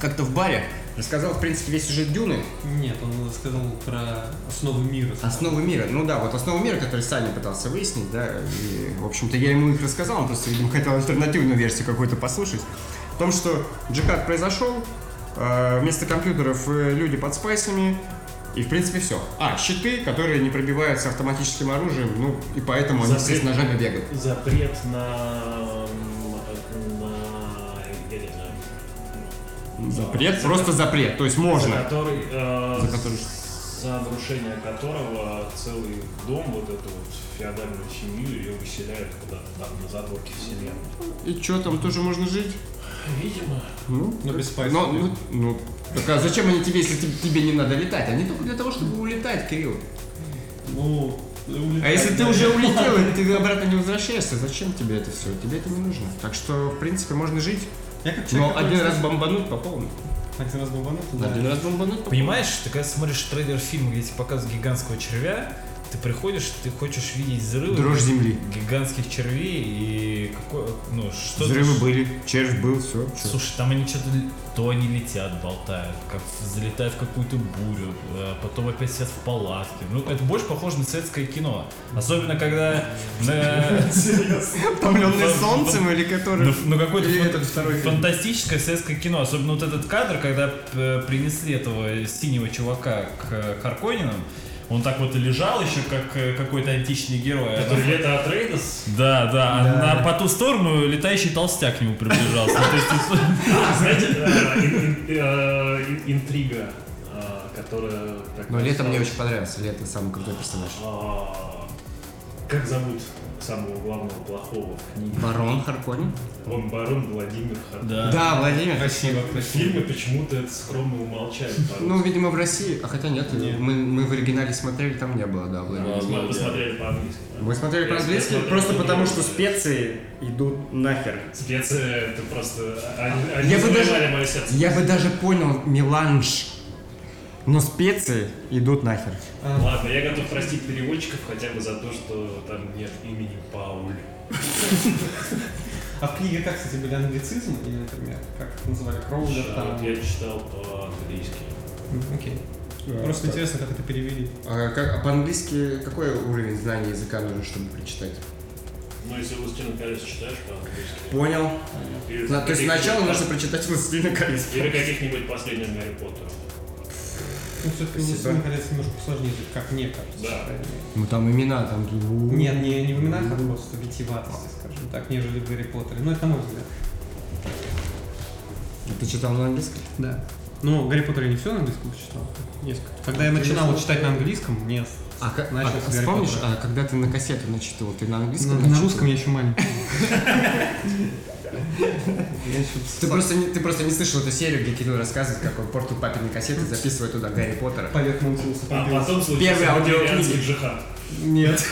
[SPEAKER 1] как-то в баре рассказал, в принципе, весь сюжет Дюны,
[SPEAKER 3] Нет, он сказал про основы мира.
[SPEAKER 1] основы мира. Ну да, вот основы мира, который Саня пытался выяснить, да, и, в общем-то, я ему их рассказал, он просто, видимо, хотел альтернативную версию какую-то послушать. В том, что джекат произошел, э, вместо компьютеров э, люди под спайсами, и, в принципе, все. А, щиты, которые не пробиваются автоматическим оружием, ну, и поэтому они все с
[SPEAKER 6] Запрет.
[SPEAKER 1] ножами бегают.
[SPEAKER 6] Запрет на... м, на... я не знаю.
[SPEAKER 1] Запрет? Просто запрет, то есть можно.
[SPEAKER 6] Который, э,
[SPEAKER 1] За который-
[SPEAKER 6] за нарушение которого целый дом, вот эту вот феодальную семью, ее выселяют куда-то там на задворке вселенной.
[SPEAKER 1] И что, там тоже можно жить?
[SPEAKER 6] Видимо.
[SPEAKER 1] Ну,
[SPEAKER 3] Но без спайсов.
[SPEAKER 1] Ну, ну, ну, так а зачем они тебе, если тебе, тебе не надо летать? Они только для того, чтобы улетать, Кирилл.
[SPEAKER 3] Ну,
[SPEAKER 1] А если ты уже улетел, и ты обратно не возвращаешься, зачем тебе это все? Тебе это не нужно. Так что, в принципе, можно жить.
[SPEAKER 3] Я как человек,
[SPEAKER 1] Но Ну,
[SPEAKER 3] который
[SPEAKER 1] один раз бомбануть по полной.
[SPEAKER 3] Один раз бомбанул, да.
[SPEAKER 1] Один раз бомбануть по
[SPEAKER 4] Понимаешь, ты когда смотришь трейлер фильма, где тебе показывают гигантского червя, ты приходишь, ты хочешь видеть взрывы
[SPEAKER 1] Дрожь земли.
[SPEAKER 4] гигантских червей и какой, ну что
[SPEAKER 1] Взрывы были, червь был, все.
[SPEAKER 4] Слушай, там они что-то л- то они летят, болтают, как залетают в какую-то бурю, э, потом опять сидят в палатке. Ну, это больше похоже на советское кино. Особенно когда на,
[SPEAKER 1] Утомленный
[SPEAKER 4] Бом-
[SPEAKER 1] солнцем или который...
[SPEAKER 4] ну, ну, какое-то
[SPEAKER 1] Или
[SPEAKER 4] фан-
[SPEAKER 1] этот второй фильм?
[SPEAKER 4] фантастическое советское кино. Особенно вот этот кадр, когда э, принесли этого синего чувака к э, Харконинам. Он так вот и лежал еще, как э, какой-то античный герой. А
[SPEAKER 6] Который лето Атрейдес?
[SPEAKER 4] Да, да, а на, по ту сторону летающий толстяк к нему приближался. То есть, типа,
[SPEAKER 6] А, знаете, э, ин- ин- э, ин- интрига, э, которая... так
[SPEAKER 1] Но
[SPEAKER 6] вот
[SPEAKER 1] лето мне
[SPEAKER 6] стала-
[SPEAKER 1] очень понравилось. Лето самый крутой персонаж.
[SPEAKER 6] А, Как зовут самого главного плохого в книге?
[SPEAKER 1] Барон Харконин?
[SPEAKER 6] Он барон Владимир Харт.
[SPEAKER 4] да.
[SPEAKER 1] Да, Владимир.
[SPEAKER 3] Красиво,
[SPEAKER 6] В фильме почему-то это скромно умолчали.
[SPEAKER 1] Ну, видимо, в России. А хотя нет, мы, мы в оригинале смотрели, там не было, да, Владимир.
[SPEAKER 6] мы посмотрели по-английски. да?
[SPEAKER 1] Мы смотрели
[SPEAKER 6] Я
[SPEAKER 1] по-английски
[SPEAKER 6] смотрел
[SPEAKER 1] просто
[SPEAKER 6] по-другому.
[SPEAKER 1] потому, что специи идут нахер.
[SPEAKER 6] Специи, это просто... Они, они
[SPEAKER 1] Я бы даже-
[SPEAKER 6] завоевали мое сердце.
[SPEAKER 1] Я бы даже понял меланж, но специи идут нахер.
[SPEAKER 6] Ладно, я готов простить переводчиков хотя бы за то, что там нет имени Пауль.
[SPEAKER 3] А в книге как, кстати, были англицизм или, например, как это называли, кроулер
[SPEAKER 6] А вот
[SPEAKER 3] там?
[SPEAKER 6] я читал по-английски.
[SPEAKER 3] М, Окей. Просто интересно, как это перевели.
[SPEAKER 1] А, как- а по-английски какой уровень знания языка нужен, чтобы прочитать?
[SPEAKER 6] Ну, если «Властелин колец» читаешь по-английски...
[SPEAKER 1] Понял.
[SPEAKER 6] или
[SPEAKER 1] На- то есть
[SPEAKER 6] каких-нибудь
[SPEAKER 1] сначала
[SPEAKER 6] пос-
[SPEAKER 1] нужно прочитать «Властелина колец».
[SPEAKER 6] Или каких-нибудь последних Гарри Поттеров.
[SPEAKER 3] Ну, все-таки
[SPEAKER 1] Спасибо.
[SPEAKER 3] «Властелин колец» немножко сложнее, как мне кажется.
[SPEAKER 6] Да.
[SPEAKER 3] по крайней мере.
[SPEAKER 1] Ну там имена там. типа,
[SPEAKER 3] Нет, не, не в именах, а просто витиеватости, скажем так, нежели в Гарри Поттере. Ну, это на мой взгляд.
[SPEAKER 1] Ты читал на английском?
[SPEAKER 3] Да. Но Гарри Поттер я не все на английском читал. Несколько. Когда я начинал вот читать на английском, мне с-
[SPEAKER 1] А, ка-
[SPEAKER 3] начал
[SPEAKER 1] а
[SPEAKER 3] с Гарри
[SPEAKER 1] вспомнишь,
[SPEAKER 3] Поттера.
[SPEAKER 1] а когда ты на кассету начитывал, ты Ну, на
[SPEAKER 3] на,
[SPEAKER 1] английском
[SPEAKER 3] на
[SPEAKER 1] начитывал?
[SPEAKER 3] русском я еще маленький.
[SPEAKER 1] Ты просто, не, ты просто не слышал эту серию, где Кирилл рассказывает, как он портил папины кассеты, записывая туда Гарри Поттера.
[SPEAKER 3] Поверх Наутилуса
[SPEAKER 6] А
[SPEAKER 3] Помпилиуса.
[SPEAKER 6] потом
[SPEAKER 1] Первый
[SPEAKER 6] случился
[SPEAKER 1] аудиокниги.
[SPEAKER 6] вегетарианский джихад.
[SPEAKER 3] Нет.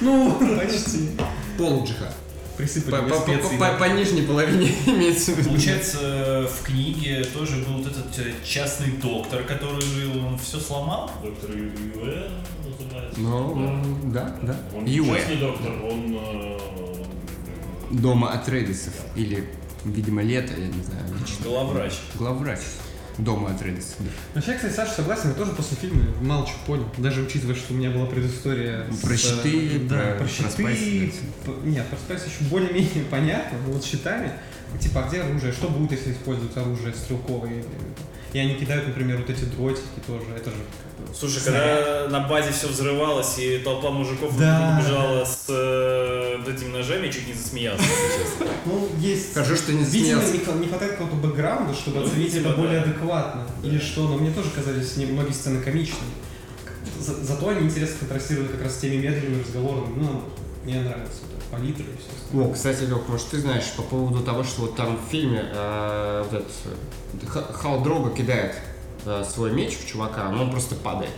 [SPEAKER 3] Ну, почти. Типа
[SPEAKER 1] Полуджиха. По,
[SPEAKER 3] Присыпали
[SPEAKER 1] по-
[SPEAKER 3] мне
[SPEAKER 1] по-
[SPEAKER 3] специи.
[SPEAKER 1] по- по нижней половине имеется в виду.
[SPEAKER 4] Получается, в книге тоже был вот этот э, частный доктор, который жил, он все сломал.
[SPEAKER 6] Доктор Ю- Юэ называется.
[SPEAKER 1] Ну, да, да.
[SPEAKER 6] Да. Он не
[SPEAKER 1] Юэ.
[SPEAKER 6] частный доктор, он... э,
[SPEAKER 1] Дома Атрейдесов. Или, видимо, лето, я не знаю. или что.
[SPEAKER 4] Головврач.
[SPEAKER 1] Главврач. Дома Атрейдесов.
[SPEAKER 3] Вообще, кстати, Саша, согласен, я тоже после фильма мало чего понял. Даже учитывая, что у меня была предыстория с,
[SPEAKER 1] Про щиты,
[SPEAKER 3] э, да,
[SPEAKER 1] про-
[SPEAKER 3] про,
[SPEAKER 1] про
[SPEAKER 3] щиты,
[SPEAKER 1] спайсы,
[SPEAKER 3] п- Нет, про спайсы еще более-менее понятно, но вот с щитами, типа, а где оружие, что будет, если используют оружие стрелковое, и они кидают, например, вот эти дротики тоже, это же как бы-
[SPEAKER 5] Слушай, когда на базе все взрывалось и толпа мужиков
[SPEAKER 3] Да.
[SPEAKER 5] бежала с э, вот этими ножами, я чуть не засмеялся, если честно.
[SPEAKER 3] Ну, есть...
[SPEAKER 1] Скажу, что не
[SPEAKER 3] Видимо,
[SPEAKER 1] засмеялся.
[SPEAKER 3] не, хва- не хватает какого-то бэкграунда, чтобы
[SPEAKER 5] Ну,
[SPEAKER 3] оценить
[SPEAKER 5] видимо,
[SPEAKER 3] это более
[SPEAKER 5] да.
[SPEAKER 3] адекватно. Или что, но мне тоже казались не- многие сцены комичными. За- зато они интересно контрастируют как раз с теми медленными разговорами. Ну, мне нравится. вот эта Палитра и все остальное.
[SPEAKER 1] О, кстати, Лех, может, ты знаешь по поводу того, что вот там в фильме э, вот этот э, Ха- Хал Дрога кидает э, свой меч в чувака, а он просто падает.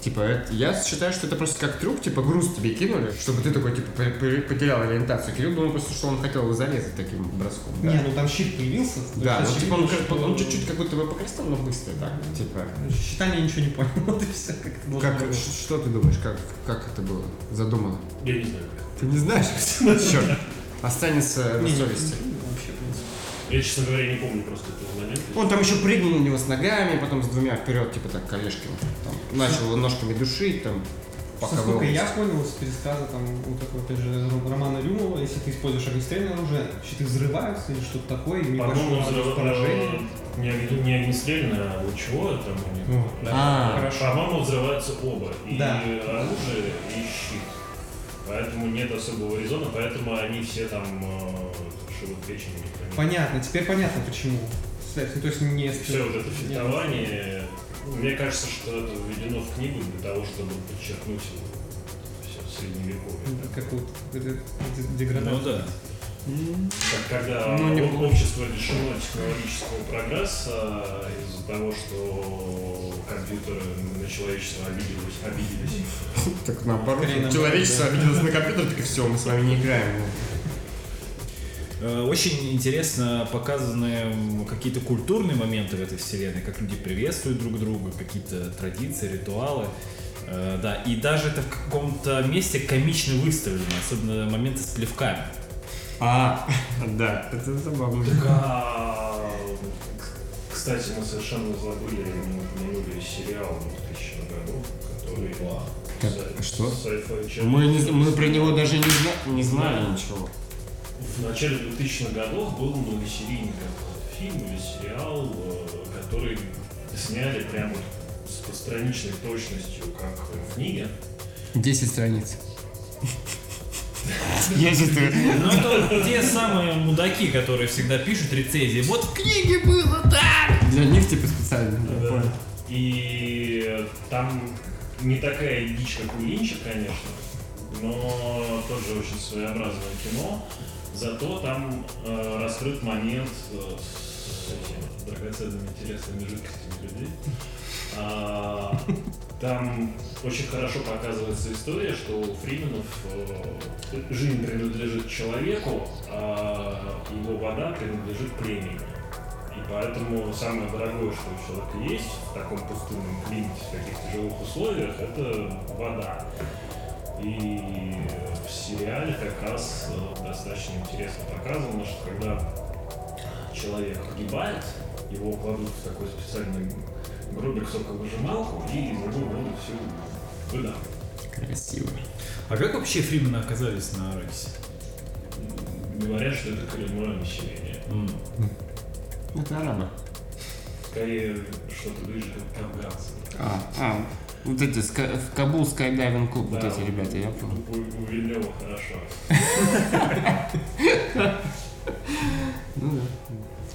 [SPEAKER 1] Типа, это- я считаю, что это просто как трюк, типа груз тебе кинули, чтобы ты такой, типа, пер- пер- потерял ориентацию. Кирилл думал просто, что он хотел его зарезать таким броском. Да,
[SPEAKER 3] Не, ну там щит появился.
[SPEAKER 1] да ну,
[SPEAKER 3] Сейчас
[SPEAKER 1] типа, он,
[SPEAKER 3] щит,
[SPEAKER 1] как- он
[SPEAKER 3] что-
[SPEAKER 1] чуть-чуть как будто бы покраснел, но быстро, так, типа.
[SPEAKER 3] Щита я ничего не понял. Вот и все. Как это должно
[SPEAKER 1] Как,
[SPEAKER 3] было.
[SPEAKER 1] ш- что ты думаешь, как, как это было задумано?
[SPEAKER 6] Я не знаю.
[SPEAKER 1] Ты не знаешь? Черт. Останется на
[SPEAKER 3] Не, не,
[SPEAKER 1] совести.
[SPEAKER 3] ну, Вообще, в принципе.
[SPEAKER 6] Я, честно говоря, не помню просто этого момента.
[SPEAKER 1] Он там еще прыгнул на него с ногами, потом с двумя вперед, типа так, колешками. Там, начал его ножками душить, там, пока
[SPEAKER 3] Насколько
[SPEAKER 1] вылез.
[SPEAKER 3] я понял из пересказа там вот такого, опять же, Романа Рюмова, если ты используешь огнестрельное оружие, щиты взрываются или что-то такое, и
[SPEAKER 6] По-моему,
[SPEAKER 3] небольшое
[SPEAKER 6] взрыв-
[SPEAKER 3] поражение.
[SPEAKER 6] э, Не, огни- не огнестрельно, а лучевое там у них.
[SPEAKER 3] Вот, да.
[SPEAKER 1] А,
[SPEAKER 6] По-моему, взрываются оба. И
[SPEAKER 3] Да.
[SPEAKER 6] оружие, и щит. Поэтому нет особого резона, поэтому они все там э, шивут печень.
[SPEAKER 3] Понятно, теперь понятно почему. Кстати, ну, То есть не
[SPEAKER 6] Все вот это фехтование. ну, Мне кажется, что это введено в книгу для того, чтобы подчеркнуть все средневековье. да.
[SPEAKER 3] Какую-то д- д-
[SPEAKER 4] Ну
[SPEAKER 3] деградацию.
[SPEAKER 4] да.
[SPEAKER 6] Так, когда
[SPEAKER 1] Ну, не
[SPEAKER 6] об-
[SPEAKER 1] плохо.
[SPEAKER 6] общество лишено технологического прогресса из-за того, что компьютеры на человечество обиделись, обиделись.
[SPEAKER 1] так наоборот.
[SPEAKER 3] Скорее наоборот,
[SPEAKER 1] Человечество
[SPEAKER 3] да.
[SPEAKER 1] обиделось на компьютер, так и все, мы с вами не играем.
[SPEAKER 4] Э, Очень интересно показаны м, какие-то культурные моменты в этой вселенной, как люди приветствуют друг друга, какие-то традиции, ритуалы. Э, Да, и даже это в каком-то месте комично выставлено, особенно моменты с плевками.
[SPEAKER 1] А, да, это забавно.
[SPEAKER 6] А, к- Кстати, мы совершенно забыли, мы упомянули сериал 2000 году, который...
[SPEAKER 1] Как?
[SPEAKER 6] Sci-
[SPEAKER 1] а Что?
[SPEAKER 6] Sci-Fi Channel.
[SPEAKER 1] Мы, не- мы про него даже не, зна- не знали ничего.
[SPEAKER 6] В начале 2000-х годов был многосерийный какой-то фильм или сериал, э, который сняли прямо с постраничной точностью, как в книге.
[SPEAKER 1] 10 страниц. Если ты...
[SPEAKER 4] Ну, это те самые мудаки, которые всегда пишут рецензии. Вот в книге было так!
[SPEAKER 1] Для них типа специально. я понял.
[SPEAKER 6] И там не такая дичь, как у Линча, конечно, но тоже очень своеобразное кино. Зато там э, раскрыт момент э, с этими драгоценными телесными жидкостями людей. А, там очень хорошо показывается история, что у Фрименов э, жизнь принадлежит человеку, а его вода принадлежит племени. И поэтому самое дорогое, что у человека есть в таком пустынном климате, в таких тяжелых условиях, это вода. И в сериале как раз э, достаточно интересно показано, что когда человек погибает, его кладут в такой специальный грубик соковыжималку и из него воду всю выдавливают.
[SPEAKER 1] Красиво.
[SPEAKER 4] А как вообще Фримены оказались на Араксе?
[SPEAKER 6] Говорят, что это коренное население.
[SPEAKER 1] Это арабы.
[SPEAKER 6] Скорее, что-то ближе к афганцам.
[SPEAKER 1] А, а, вот эти, ска- в Кабул Skydiving Club, вот
[SPEAKER 6] Да,
[SPEAKER 1] эти
[SPEAKER 6] вот.
[SPEAKER 1] ребята, я понял.
[SPEAKER 6] У, у Вильнёва хорошо.
[SPEAKER 1] А Ну да.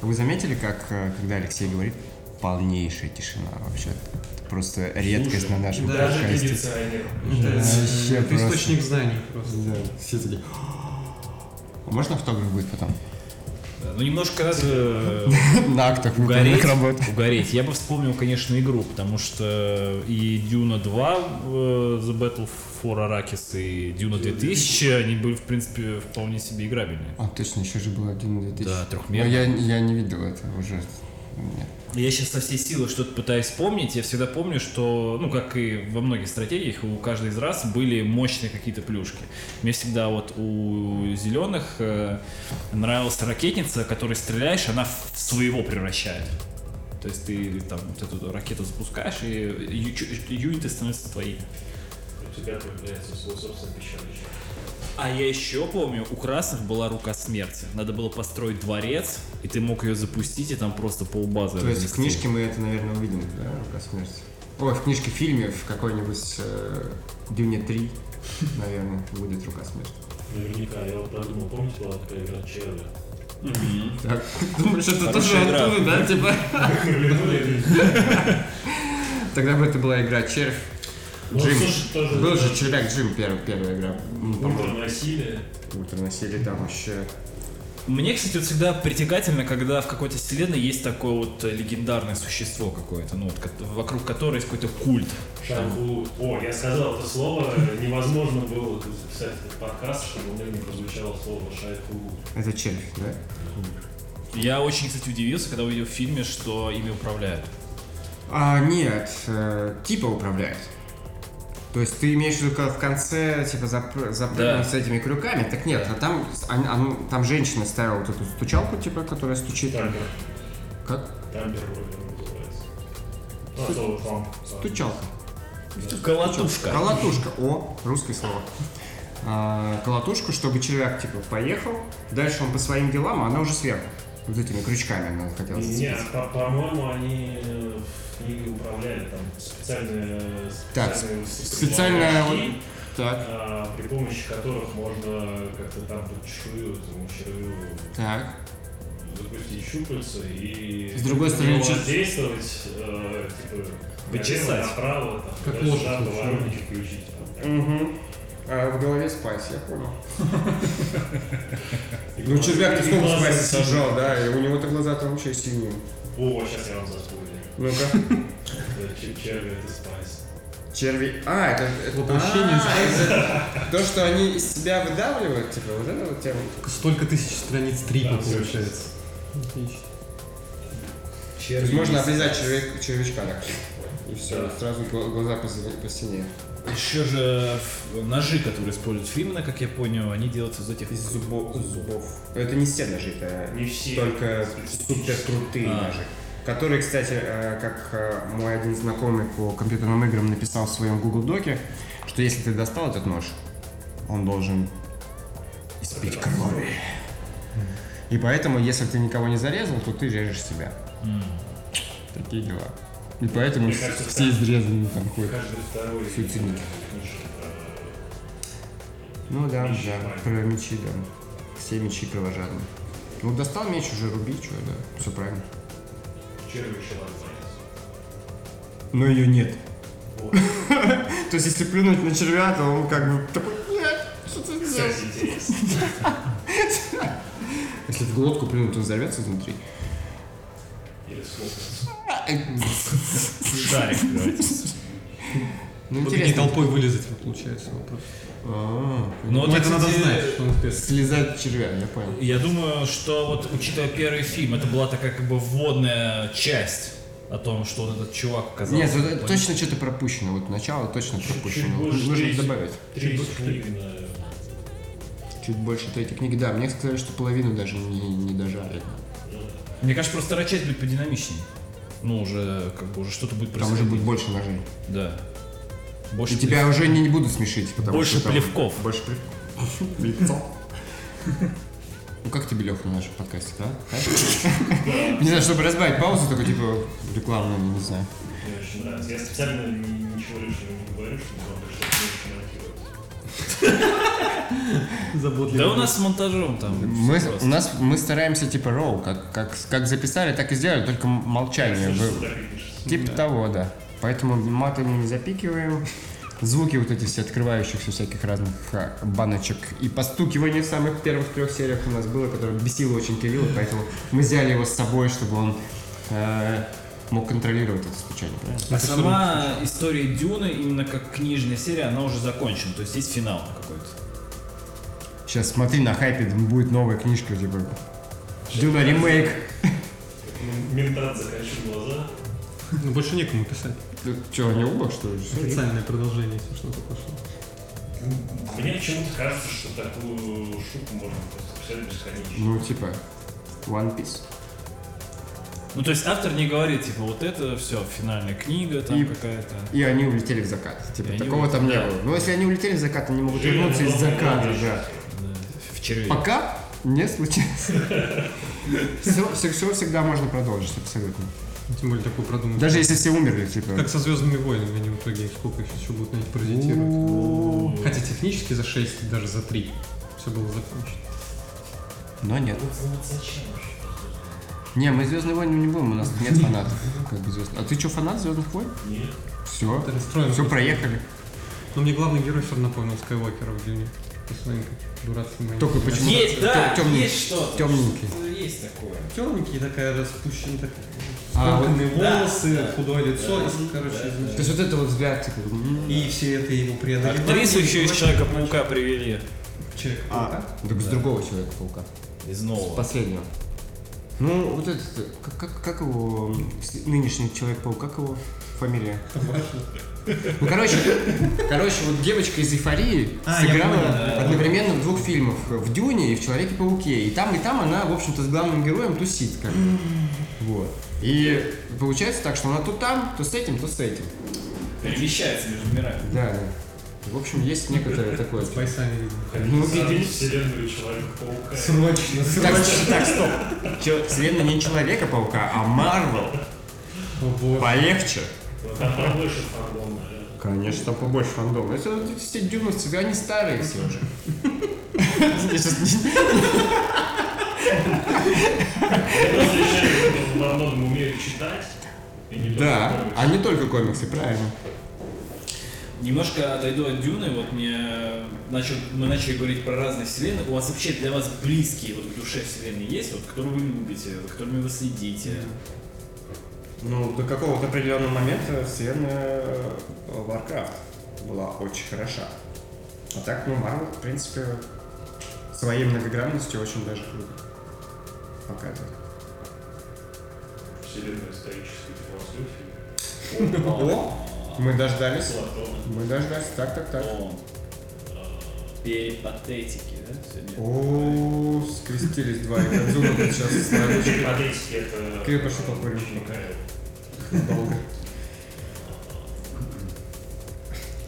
[SPEAKER 1] Вы заметили, как, э, когда Алексей говорит, полнейшая тишина вообще. Это просто редкость на нашем
[SPEAKER 3] да,
[SPEAKER 5] Даже
[SPEAKER 1] подкасте.
[SPEAKER 5] кондиционер.
[SPEAKER 3] Это,
[SPEAKER 1] вообще
[SPEAKER 3] это
[SPEAKER 1] просто.
[SPEAKER 3] источник знаний просто.
[SPEAKER 1] Да, все такие. А Можно автограф будет потом?
[SPEAKER 4] Да, Ну, немножко разве
[SPEAKER 1] На актах выполненных
[SPEAKER 4] угореть,
[SPEAKER 1] работ.
[SPEAKER 4] угореть. Я бы вспомнил, конечно, игру, потому что и Дюна 2, э, The Battle for Arrakis и Дюна 2000, они были, в принципе, вполне себе играбельные.
[SPEAKER 1] А, точно, еще же был один 2000.
[SPEAKER 4] Да,
[SPEAKER 1] Но
[SPEAKER 4] трехмерные.
[SPEAKER 1] я, я не видел это уже. Нет.
[SPEAKER 4] Я сейчас со всей силы что-то пытаюсь вспомнить. Я всегда помню, что, ну, как и во многих стратегиях, у каждой из раз были мощные какие-то плюшки. Мне всегда вот у зеленых э, нравилась ракетница, которой стреляешь, она в своего превращает. То есть ты там вот эту ракету запускаешь, и ю- чу- юниты становятся твоими.
[SPEAKER 6] У тебя появляется свой собственный пищалище.
[SPEAKER 4] А я еще помню, у красных была рука смерти. Надо было построить дворец, и ты мог ее запустить, и там просто полбазы
[SPEAKER 1] То есть в
[SPEAKER 4] разнести.
[SPEAKER 1] книжке мы это, наверное, увидим, да, рука смерти. Ой, в книжке, в фильме, в какой-нибудь э, Дюне 3, наверное, будет рука смерти.
[SPEAKER 6] Наверняка, я вот подумал, помните, была такая игра Черви?
[SPEAKER 1] Так, думаешь, это тоже
[SPEAKER 4] Хорошая игра.
[SPEAKER 1] оттуда, да, типа? Тогда бы это была игра червь.
[SPEAKER 6] Ну,
[SPEAKER 1] Джим.
[SPEAKER 6] слушай, тоже
[SPEAKER 1] Был
[SPEAKER 6] да,
[SPEAKER 1] же червяк Джим первый- первая игра. Ну,
[SPEAKER 6] Ультра
[SPEAKER 1] по-моему,
[SPEAKER 6] насилие.
[SPEAKER 1] Ультра носили там вообще.
[SPEAKER 4] Мне, кстати, вот всегда притягательно, когда в какой-то вселенной есть такое вот э, легендарное существо какое-то, ну вот, кот- вокруг которого есть какой-то культ.
[SPEAKER 6] Шангу. О, я сказал это слово. Невозможно было тут записать этот подкаст, чтобы у меня не прозвучало слово шайху.
[SPEAKER 1] Это червь, да?
[SPEAKER 4] Я очень, кстати, удивился, когда увидел в фильме, что ими управляют.
[SPEAKER 1] А, нет, э, типа управляет. То есть ты имеешь в виду как в конце, типа, запр- запрыгнул
[SPEAKER 4] Да.
[SPEAKER 1] с этими крюками? Так нет, а там, с- они- оно- там женщина ставила вот эту стучалку, типа, которая стучит.
[SPEAKER 6] Тамбер.
[SPEAKER 1] Как?
[SPEAKER 6] Тамбер вроде он называется. Ну, а слово фан.
[SPEAKER 1] Стучалка.
[SPEAKER 4] Колотушка.
[SPEAKER 1] Колотушка. О, русское слово. А, колотушку, чтобы червяк, типа, поехал. Дальше он по своим делам, а она уже сверху. Вот этими крючками она хотела
[SPEAKER 6] Нет,
[SPEAKER 1] зацепиться.
[SPEAKER 6] по- по-моему, они э, в книге управляли там специальные...
[SPEAKER 1] Так,
[SPEAKER 6] специальные
[SPEAKER 1] специальная
[SPEAKER 6] очки,
[SPEAKER 1] вот- Так,
[SPEAKER 6] а, при помощи которых можно как-то там тут чую, там чую,
[SPEAKER 1] так.
[SPEAKER 6] запустить щупальца и...
[SPEAKER 1] С другой стороны, чуть-
[SPEAKER 6] Действовать, э, типа,
[SPEAKER 4] Почесать.
[SPEAKER 6] налево, направо, там,
[SPEAKER 3] Как
[SPEAKER 6] туда-сюда,
[SPEAKER 3] ложечку
[SPEAKER 6] поворотники включить. там, так.
[SPEAKER 1] Угу. в голове спайс, я понял. Ну, червяк, ты
[SPEAKER 6] И
[SPEAKER 1] сколько
[SPEAKER 6] глаза
[SPEAKER 1] спайса
[SPEAKER 6] сажать.
[SPEAKER 1] сажал, да, и у него-то глаза там вообще синие.
[SPEAKER 6] О, сейчас я вам заспорю.
[SPEAKER 1] Ну-ка.
[SPEAKER 6] Это чер- Черви, это спайс.
[SPEAKER 1] Черви... А, это... это-
[SPEAKER 3] Воплощение
[SPEAKER 1] А, это То, что они из себя выдавливают, типа, вот это вот тема.
[SPEAKER 3] Столько тысяч страниц трипа
[SPEAKER 6] Да, всё
[SPEAKER 3] получается. Отлично.
[SPEAKER 1] То есть можно обрезать червя- червячка так. И все,
[SPEAKER 6] Да.
[SPEAKER 1] сразу гла- глаза по, зе- по стене.
[SPEAKER 4] Еще же э, ножи, которые используют Фримена, как я понял, они делаются из этих...
[SPEAKER 1] зубов. зубов. Это не все ножи, это
[SPEAKER 6] Не все.
[SPEAKER 1] только супер крутые
[SPEAKER 4] А.
[SPEAKER 1] ножи. Которые, кстати, э, как э, мой один знакомый по компьютерным играм написал в своем Google Доке, что если ты достал этот нож, он должен испить крови. И поэтому, если ты никого не зарезал, то ты режешь себя.
[SPEAKER 4] М.
[SPEAKER 1] Такие дела. И поэтому
[SPEAKER 6] Мне
[SPEAKER 1] с-
[SPEAKER 6] кажется,
[SPEAKER 1] все
[SPEAKER 6] так.
[SPEAKER 1] изрезанные там ходят.
[SPEAKER 6] Каждый второй...
[SPEAKER 1] Суицидник.
[SPEAKER 6] э,
[SPEAKER 1] Ну да,
[SPEAKER 6] Мечи,
[SPEAKER 1] да,
[SPEAKER 6] мать.
[SPEAKER 1] про мечи, да. Все мечи кровожадные. Ну, достал меч уже, руби, что, да, все правильно.
[SPEAKER 6] Черви еще раз спайс.
[SPEAKER 1] Но ее нет.
[SPEAKER 6] Вот.
[SPEAKER 1] То есть, если плюнуть на червя, то он как бы такой, блядь, что ты делаешь?
[SPEAKER 6] Кстати, интересно.
[SPEAKER 1] Если в глотку плюнуть, он взорвется изнутри.
[SPEAKER 6] Или слопаться.
[SPEAKER 4] Шарик, короче.
[SPEAKER 1] Ну,
[SPEAKER 3] Вот такие
[SPEAKER 1] интересно.
[SPEAKER 3] толпой вылезать вот, получается. вот просто.
[SPEAKER 1] А,
[SPEAKER 4] Ну, вот
[SPEAKER 3] Ну,
[SPEAKER 4] я,
[SPEAKER 3] это надо
[SPEAKER 4] кстати,
[SPEAKER 3] знать, что он успешный.
[SPEAKER 1] Слезать червя, я понял.
[SPEAKER 4] Я думаю, что вот, учитывая первый фильм, это была такая как бы вводная часть о том, что вот этот чувак оказался...
[SPEAKER 1] Нет,
[SPEAKER 4] на
[SPEAKER 1] вот
[SPEAKER 4] планете.
[SPEAKER 1] точно что-то пропущено, вот начало точно пропущено.
[SPEAKER 6] больше
[SPEAKER 1] Нужно
[SPEAKER 6] треть-
[SPEAKER 1] добавить.
[SPEAKER 6] Треть книги, наверное.
[SPEAKER 1] Чуть больше третьей книги, да, мне сказали, что половину даже не, не дожали.
[SPEAKER 4] Мне кажется, просто вторая часть будет подинамичнее. Ну, уже как бы уже что-то будет
[SPEAKER 1] Там
[SPEAKER 4] происходить.
[SPEAKER 1] уже будет больше ножей.
[SPEAKER 4] Да.
[SPEAKER 1] И
[SPEAKER 4] Больше
[SPEAKER 1] тебя уже не, не будут смешить, потому
[SPEAKER 4] Больше
[SPEAKER 1] что там-
[SPEAKER 4] плевков.
[SPEAKER 1] Больше плевков. В лицо. Ну как тебе Леха на нашем подкасте, да? А? Не знаю, чтобы разбавить паузу, только типа рекламную, не знаю.
[SPEAKER 6] Мне очень нравится. Я специально ни- ничего лишнего не говорю, чтобы вам пришлось не очень
[SPEAKER 4] Да у нас с монтажом там.
[SPEAKER 1] Мы, у нас, мы стараемся типа роу, как, как, как записали, так и сделали, только м- молчание. было. Типа того, да. Поэтому маты мы не запикиваем. Звуки вот эти все открывающихся всяких разных а, баночек и постукивание в самых первых трех сериях у нас было, которое бесило очень Кирилла, поэтому мы взяли его с собой, чтобы он э, мог контролировать это звучание. правильно?
[SPEAKER 4] А сама история Дюны, именно как книжная серия, она уже закончена. То есть есть финал какой-то.
[SPEAKER 1] Сейчас смотри, на хайпе будет новая книжка, типа Дюна ремейк.
[SPEAKER 6] Ментат закачу глаза.
[SPEAKER 3] Ну, больше некому писать.
[SPEAKER 1] Че, они оба, что ли?
[SPEAKER 3] Официальное продолжение, если что-то пошло.
[SPEAKER 6] Мне почему-то кажется, что такую штуку можно просто писать бесконечно.
[SPEAKER 1] Ну, типа, One Piece.
[SPEAKER 4] Ну, то есть автор не говорит, типа, вот это все, финальная книга там
[SPEAKER 1] И-
[SPEAKER 4] какая-то.
[SPEAKER 1] И они улетели в закат. Типа,
[SPEAKER 4] И они
[SPEAKER 1] такого там не
[SPEAKER 4] улетели, да.
[SPEAKER 1] было. Но если они улетели в закат, они могут
[SPEAKER 6] Жили
[SPEAKER 1] вернуться из
[SPEAKER 6] на новом
[SPEAKER 1] заката,
[SPEAKER 6] уровне.
[SPEAKER 1] да.
[SPEAKER 4] да, в черве.
[SPEAKER 1] Пока не случилось. Все, всегда можно продолжить, абсолютно.
[SPEAKER 3] Тем более такой продуманный.
[SPEAKER 1] Даже если все умерли, типа.
[SPEAKER 3] Как со Звездными войнами, они в итоге сколько еще, еще будут на них паразитировать. Хотя технически за 6, даже за 3 все было закончено.
[SPEAKER 1] Но нет. Не, мы Звездные войны не будем, у нас нет фанатов. Как бы звезд... А ты что, фанат Звездных войн?
[SPEAKER 6] Нет.
[SPEAKER 1] Все.
[SPEAKER 3] Это расстроено.
[SPEAKER 1] Все проехали.
[SPEAKER 3] Но мне главный герой все равно напомнил Скайуокера в Дюне. По своим каким-то дурацким моим.
[SPEAKER 1] Только почему-
[SPEAKER 4] Есть, да,
[SPEAKER 1] Тем- темный-
[SPEAKER 4] есть что-то.
[SPEAKER 1] темненький.
[SPEAKER 4] Что-то Есть такое.
[SPEAKER 3] Темненький, такая распущенная, такая.
[SPEAKER 1] А,
[SPEAKER 3] Скомканные
[SPEAKER 4] да,
[SPEAKER 3] волосы,
[SPEAKER 4] да.
[SPEAKER 3] худое лицо, и, короче,
[SPEAKER 1] То
[SPEAKER 3] значит,
[SPEAKER 1] есть вот это вот взгляд, типа, м.
[SPEAKER 3] и все это его преодолевали.
[SPEAKER 4] Актрису еще из Человека-паука привели.
[SPEAKER 3] Человек.
[SPEAKER 1] А, так с другого человека-паука.
[SPEAKER 4] Из
[SPEAKER 1] С
[SPEAKER 4] нового.
[SPEAKER 1] последнего. Ну, вот этот, как, как, как его, м, с- нынешний Человек-паук, как его фамилия? Ну, короче, короче, вот девочка из «Эйфории»
[SPEAKER 3] А, я
[SPEAKER 1] сыграла
[SPEAKER 3] понял, да, да.
[SPEAKER 1] одновременно в двух фильмах. э, В «Дюне» и в «Человеке-пауке». И там, и там она, в общем-то, с главным героем тусит, как бы. Вот. И получается так, что она то там, то с этим, то с этим.
[SPEAKER 4] Перемещается между мирами.
[SPEAKER 1] Да, да. В общем, есть некоторое такое.
[SPEAKER 3] С бойцами, видимо.
[SPEAKER 1] Ну,
[SPEAKER 6] Сравнить
[SPEAKER 1] видишь.
[SPEAKER 6] вселенную Человека-паука.
[SPEAKER 3] Срочно,
[SPEAKER 1] Так,
[SPEAKER 3] срочно.
[SPEAKER 1] так, стоп. Чё, Вселенная не Человека-паука, а Марвел.
[SPEAKER 3] О, боже.
[SPEAKER 1] Полегче.
[SPEAKER 6] Вот Там побольше фандом, наверное.
[SPEAKER 1] Конечно, там побольше фандома. Это вот эти все дюновцы, они старые все уже. Я щас не-
[SPEAKER 6] Разрешали, что фандом умеют читать. и не
[SPEAKER 1] Да,
[SPEAKER 6] только
[SPEAKER 1] а не только комиксы, правильно.
[SPEAKER 4] Немножко отойду от Дюны, вот мне начал, мы начали говорить про разные вселенные. У вас вообще для вас близкие вот к душе вселенной есть, вот, которые вы любите, за которыми вы следите?
[SPEAKER 1] Ну, до какого-то определенного момента вселенная э, Warcraft была очень хороша. А так, ну, Marvel, в принципе, своей многогранностью очень даже круто показывает.
[SPEAKER 6] Вселенную исторической философии.
[SPEAKER 1] О, мы дождались.
[SPEAKER 6] Платона.
[SPEAKER 1] Мы дождались, так, так, так.
[SPEAKER 4] О, перипатетики, да? сегодня?
[SPEAKER 1] О, скрестились два Игадзуна сейчас с
[SPEAKER 6] Короче,
[SPEAKER 1] Ладочкой.
[SPEAKER 6] по-детски это...
[SPEAKER 1] Кирилл, пошли покурим.
[SPEAKER 6] Николаев.
[SPEAKER 1] Долго.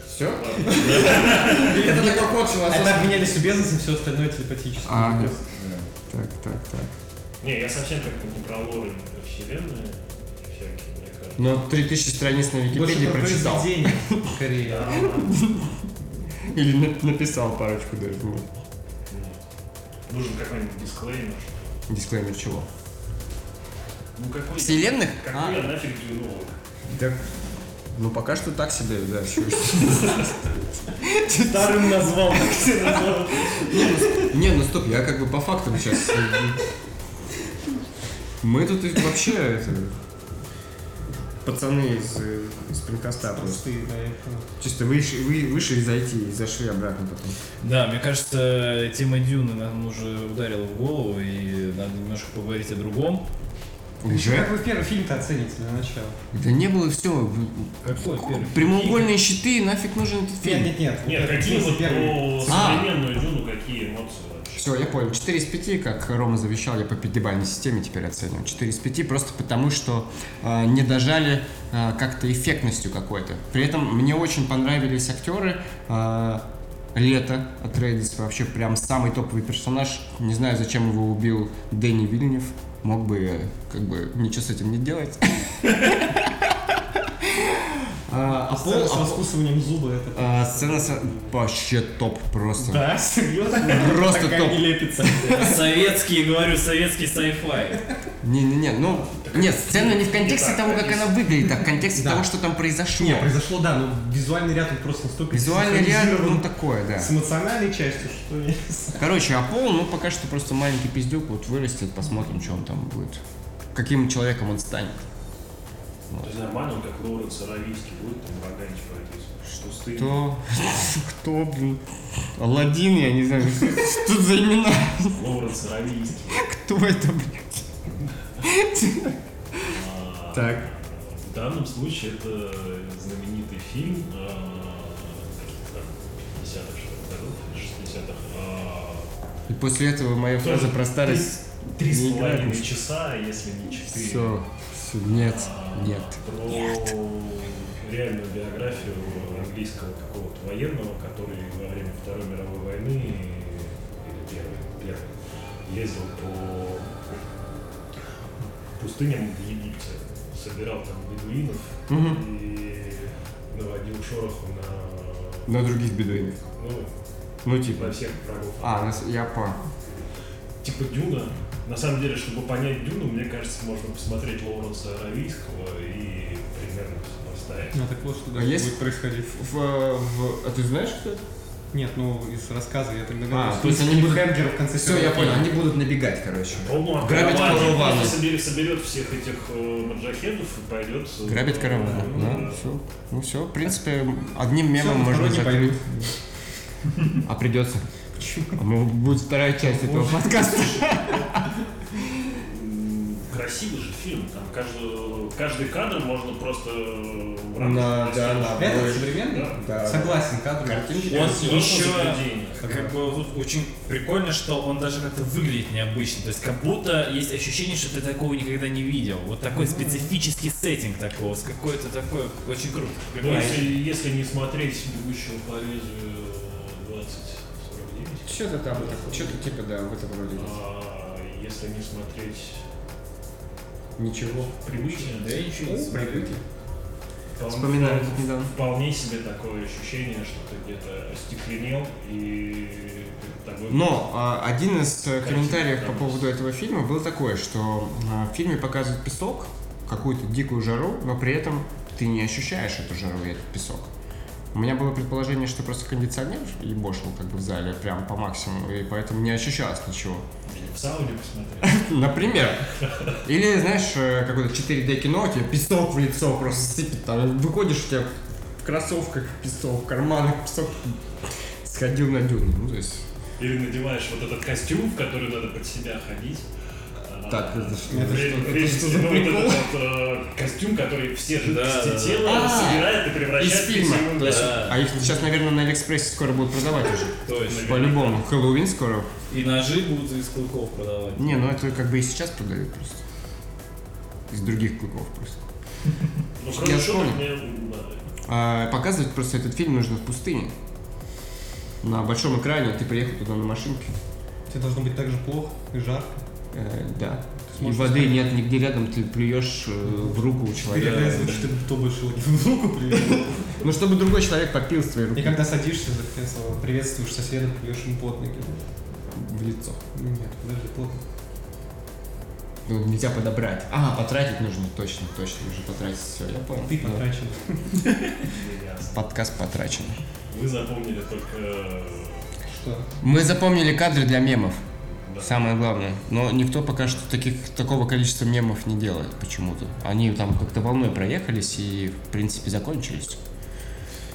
[SPEAKER 1] Все? Это такой код
[SPEAKER 3] Это обменялись любезностью, все остальное телепатически.
[SPEAKER 1] А,
[SPEAKER 3] Просто
[SPEAKER 1] Так, так, так.
[SPEAKER 6] Не, я совсем как-то не про лоры вселенной всякие, мне кажется.
[SPEAKER 1] Но 3000 страниц на
[SPEAKER 3] Больше
[SPEAKER 1] Википедии
[SPEAKER 3] про
[SPEAKER 1] прочитал.
[SPEAKER 3] произведение, скорее.
[SPEAKER 6] Да,
[SPEAKER 1] Или на- написал парочку даже. ну,
[SPEAKER 6] ну, Нужен какой-нибудь дисклеймер. что-
[SPEAKER 1] Дисклеймер чего?
[SPEAKER 6] Ну какой...
[SPEAKER 1] Вселенных?
[SPEAKER 6] Какой я нафиг дюнолог?
[SPEAKER 1] Да. Ну пока что так себе, да, еще.
[SPEAKER 4] Старым назвал.
[SPEAKER 1] Не, ну стоп, я как бы по фактам сейчас. Мы тут и вообще это, Пацаны из, э, из Пинкоста просто.
[SPEAKER 3] Простые, да, я понял.
[SPEAKER 1] Чисто выше, вы, вышли и зайти, и зашли обратно потом.
[SPEAKER 4] Да, мне кажется, тема Дюны нам уже ударила в голову, и надо немножко поговорить о другом.
[SPEAKER 3] Как вы первый фильм-то оцените для начала?
[SPEAKER 1] Да не было все.
[SPEAKER 4] Какой первый?
[SPEAKER 1] Прямоугольные щиты, нафиг нужен этот
[SPEAKER 3] Нет,
[SPEAKER 1] фильм.
[SPEAKER 3] нет, нет.
[SPEAKER 6] Нет,
[SPEAKER 3] Вот
[SPEAKER 6] какие
[SPEAKER 3] если
[SPEAKER 6] вот
[SPEAKER 3] первый.
[SPEAKER 6] про
[SPEAKER 1] А.
[SPEAKER 6] современную дюну, какие эмоции вообще?
[SPEAKER 1] Все, я понял. 4 из 5, как Рома завещал, я по пятибалльной системе теперь оцениваю. 4 из 5, просто потому что э, не дожали э, как-то эффектностью какой-то. При этом мне очень понравились актеры. э, Лето Атрейдис вообще прям самый топовый персонаж. Не знаю, зачем его убил Дэнни Вильнев. Мог бы э, как бы ничего с этим не делать. А, Э, А, а
[SPEAKER 7] Сцена
[SPEAKER 1] пол-
[SPEAKER 7] с
[SPEAKER 1] а пол-
[SPEAKER 7] раскусыванием зуба это.
[SPEAKER 1] а, сцена с- вообще топ просто.
[SPEAKER 7] Да, серьезно?
[SPEAKER 1] Просто
[SPEAKER 7] Такая
[SPEAKER 1] топ.
[SPEAKER 7] не лепится.
[SPEAKER 4] Советский, говорю, советский sci-fi.
[SPEAKER 1] Не-не-не, ну, нет, сцена не в контексте того, как она выглядит, а в контексте
[SPEAKER 3] Да.
[SPEAKER 1] того, что там произошло.
[SPEAKER 3] Не, произошло, да, но визуальный ряд он просто настолько
[SPEAKER 1] Визуально реально,
[SPEAKER 3] синхронизирован
[SPEAKER 1] ну, такое, да.
[SPEAKER 7] С эмоциональной частью, что я не знаю.
[SPEAKER 1] Короче, а Пол, ну, пока что просто маленький пиздюк, вот вырастет, посмотрим, что он там будет. Каким человеком он станет.
[SPEAKER 6] То есть нормально, он как Лоуренс Аравийский будет там роганить пройтись. Что стыдно.
[SPEAKER 1] Кто? Кто, блин? Аладдин, я не знаю, что за имена?
[SPEAKER 6] Лоуренс Аравийский.
[SPEAKER 1] Кто это, блядь?
[SPEAKER 6] А,
[SPEAKER 1] Так.
[SPEAKER 6] В данном случае это знаменитый фильм а, каких там 50-х что ли, годов, 60-х. а,
[SPEAKER 1] И после этого моя фраза про старость...
[SPEAKER 6] Три
[SPEAKER 1] Не
[SPEAKER 6] с
[SPEAKER 1] играет
[SPEAKER 6] половиной
[SPEAKER 1] уж.
[SPEAKER 6] часа, если не четыре.
[SPEAKER 1] Все. Нет,
[SPEAKER 6] А,
[SPEAKER 1] нет.
[SPEAKER 6] Про реальную биографию английского какого-то военного, который во время Второй мировой войны или первой, первой ездил по пустыням в Египте, собирал там бедуинов
[SPEAKER 1] Мгм.
[SPEAKER 6] и наводил шороху на,
[SPEAKER 1] На других бедуинах.
[SPEAKER 6] ну,
[SPEAKER 1] Ну,
[SPEAKER 6] на
[SPEAKER 1] типа.
[SPEAKER 6] всех врагов.
[SPEAKER 1] А, нас- я по...
[SPEAKER 6] типа Дюна. На самом деле, чтобы понять Дюну, мне кажется, можно посмотреть Лоуренса Аравийского и примерно сопоставить.
[SPEAKER 3] Ну, так вот, что
[SPEAKER 1] А
[SPEAKER 3] дальше
[SPEAKER 1] есть-
[SPEAKER 3] будет происходить.
[SPEAKER 1] В, в- А ты знаешь, кто это?
[SPEAKER 3] Нет, ну, из рассказа я тогда
[SPEAKER 1] А, то есть они будут...
[SPEAKER 3] Хэмгер в конце
[SPEAKER 1] Все, я понял, они будут набегать, короче.
[SPEAKER 6] По-моему, а
[SPEAKER 1] Грабит
[SPEAKER 6] караван, он
[SPEAKER 1] караваны.
[SPEAKER 6] просто соберет, соберет всех этих э, маджахедов и пойдет... э,
[SPEAKER 1] Грабит караваны.
[SPEAKER 6] э,
[SPEAKER 1] Да, все. Ну все, в принципе, одним мемом
[SPEAKER 3] Всё,
[SPEAKER 1] можно
[SPEAKER 3] второй не
[SPEAKER 1] закрыть. А придется. А мы- будет вторая часть этого подкаста.
[SPEAKER 6] М, Красивый же фильм, там каждый, каждый кадр можно просто... э, в рамках
[SPEAKER 1] Да, да,
[SPEAKER 6] поставить.
[SPEAKER 1] да.
[SPEAKER 3] Это современный?
[SPEAKER 1] Да.
[SPEAKER 3] Согласен, кадр.
[SPEAKER 5] Он еще
[SPEAKER 6] Произведение.
[SPEAKER 5] как бы вот очень прикольно, что он даже как-то выглядит необычно. То есть как будто есть ощущение, что ты такого никогда не видел. Вот такой специфический сеттинг такого, с какой-то такой очень круто.
[SPEAKER 6] Ну, если, если не смотреть «Бегущего по лезвию 2049»,
[SPEAKER 1] Что-то там, что-то типа, да, в этом роде.
[SPEAKER 6] а если не смотреть
[SPEAKER 1] Ничего.
[SPEAKER 6] привычно,
[SPEAKER 5] Да я ничего не смотрю.
[SPEAKER 6] Вполне-
[SPEAKER 1] Вспоминаю тут недавно.
[SPEAKER 6] Вполне себе такое ощущение, что ты где-то остекленел и перед тобой...
[SPEAKER 1] Но а, один из э,
[SPEAKER 6] Картинка,
[SPEAKER 1] комментариев по
[SPEAKER 6] да.
[SPEAKER 1] поводу этого фильма был такой, что а, в фильме показывают песок, какую-то дикую жару, но при этом ты не ощущаешь эту жару и этот песок. У меня было предположение, что просто кондиционер ебошил как бы в зале прям по максимуму, и поэтому не ощущалось ничего.
[SPEAKER 6] в сауне посмотреть.
[SPEAKER 1] Например. Или, знаешь, э, какое-то 4D кино, тебе песок в лицо просто сыпет. Там выходишь, у тебя в кроссовках песок, в карманах песок. Сходил на дюну. Ну, то есть...
[SPEAKER 6] Или надеваешь вот этот костюм, в который надо под себя ходить. А, ну,
[SPEAKER 1] Так, это что?
[SPEAKER 6] Это
[SPEAKER 1] что за прикол?
[SPEAKER 6] вот этот вот, э, костюм, который все жидкости
[SPEAKER 5] да, да.
[SPEAKER 6] тела
[SPEAKER 1] А,
[SPEAKER 6] собирает и превращает
[SPEAKER 1] из
[SPEAKER 6] в
[SPEAKER 1] фильма.
[SPEAKER 6] костюм.
[SPEAKER 1] То есть, А их сейчас, наверное, на Алиэкспрессе скоро будут продавать уже.
[SPEAKER 5] Точно.
[SPEAKER 1] По-любому. Хэллоуин скоро.
[SPEAKER 5] И ножи будут из клыков продавать.
[SPEAKER 1] Не, ну это как бы и сейчас продают просто. Из других клыков просто.
[SPEAKER 6] Ну,
[SPEAKER 1] Я
[SPEAKER 6] кроме
[SPEAKER 1] вспомнил.
[SPEAKER 6] шуток, мне... м, да.
[SPEAKER 1] А, показывать просто этот фильм нужно в пустыне. На большом экране ты приехал туда на машинке.
[SPEAKER 3] Тебе должно быть так же плохо и жарко.
[SPEAKER 1] Э, да. И
[SPEAKER 3] сможешь
[SPEAKER 1] воды нет нигде рядом, ты плюешь э, в руку у человека.
[SPEAKER 3] Передай звучит, ты кто больше в руку приведешь.
[SPEAKER 1] Ну, чтобы другой человек попил с твоей
[SPEAKER 3] И
[SPEAKER 1] руки
[SPEAKER 3] когда садишься, за такие слова, приветствуешь соседа, плюешь ему под ноги.
[SPEAKER 1] в лицо.
[SPEAKER 3] Нет, подожди, плотно.
[SPEAKER 1] Ну, нельзя подобрать. А, потратить нужно, точно, точно. Уже потратить все, я понял.
[SPEAKER 3] Ты
[SPEAKER 1] Да.
[SPEAKER 3] потрачен.
[SPEAKER 6] Ясно.
[SPEAKER 1] Подкаст потрачен.
[SPEAKER 6] Вы запомнили только... э,
[SPEAKER 3] Что?
[SPEAKER 1] Мы запомнили кадры для мемов.
[SPEAKER 6] да.
[SPEAKER 1] Самое главное. Но никто пока что таких, такого количества мемов не делает почему-то. Они там как-то волной проехались и, в принципе, закончились.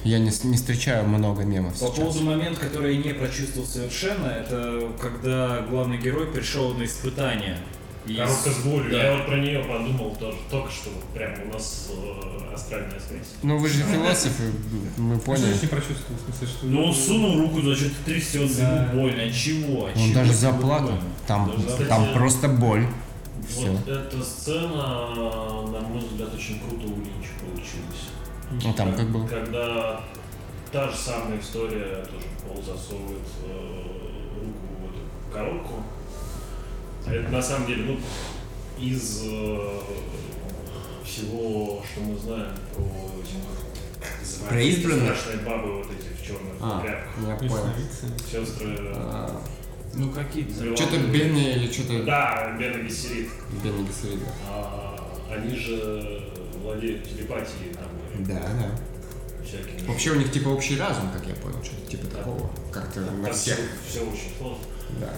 [SPEAKER 1] Я не, с- не встречаю много мемов
[SPEAKER 5] По
[SPEAKER 1] сейчас.
[SPEAKER 5] поводу момента, который я не прочувствовал совершенно, это когда главный герой пришел на испытание. И
[SPEAKER 6] Коробка с болью.
[SPEAKER 5] Да.
[SPEAKER 6] Я вот про нее подумал тоже. Только что вот прям у нас э, астральная связь.
[SPEAKER 1] Ну вы же философы, мы
[SPEAKER 3] Что
[SPEAKER 1] поняли.
[SPEAKER 3] ж не прочувствовал, в смысле, что...
[SPEAKER 5] Ну он сунул руку, значит, трясется,
[SPEAKER 3] Да.
[SPEAKER 5] ему больно. Чего?
[SPEAKER 1] Он
[SPEAKER 5] Чего
[SPEAKER 1] даже
[SPEAKER 5] тебе
[SPEAKER 1] заплакал.
[SPEAKER 5] больно?
[SPEAKER 1] Там,
[SPEAKER 6] Даже заплакал.
[SPEAKER 1] там просто боль. Всё.
[SPEAKER 6] Вот эта сцена, э, на мой взгляд, очень круто у Линча получилась.
[SPEAKER 1] Ну там как было.
[SPEAKER 6] Когда та же самая история, тоже Пол засовывает э, руку в эту коробку. Это на самом деле, ну, из э, всего, что мы знаем про этих
[SPEAKER 1] Про избранных?
[SPEAKER 6] Страшные бабы вот эти в черных
[SPEAKER 1] А,
[SPEAKER 6] тряпках. э,
[SPEAKER 1] я понял.
[SPEAKER 6] Сестры.
[SPEAKER 1] А,
[SPEAKER 5] Ну какие-то.
[SPEAKER 6] Вавилон.
[SPEAKER 1] Что-то Бенни или что-то...
[SPEAKER 6] Да, Бена Гессерит.
[SPEAKER 1] Бенни Гессерид.
[SPEAKER 6] А, они же владеют телепатией там и
[SPEAKER 1] Да, да.
[SPEAKER 6] всякими.
[SPEAKER 1] Вообще у них типа общий разум, как я понял, что-то типа
[SPEAKER 6] Да.
[SPEAKER 1] такого. Как-то на
[SPEAKER 6] Там все,
[SPEAKER 1] всех.
[SPEAKER 6] все очень сложно.
[SPEAKER 1] Да.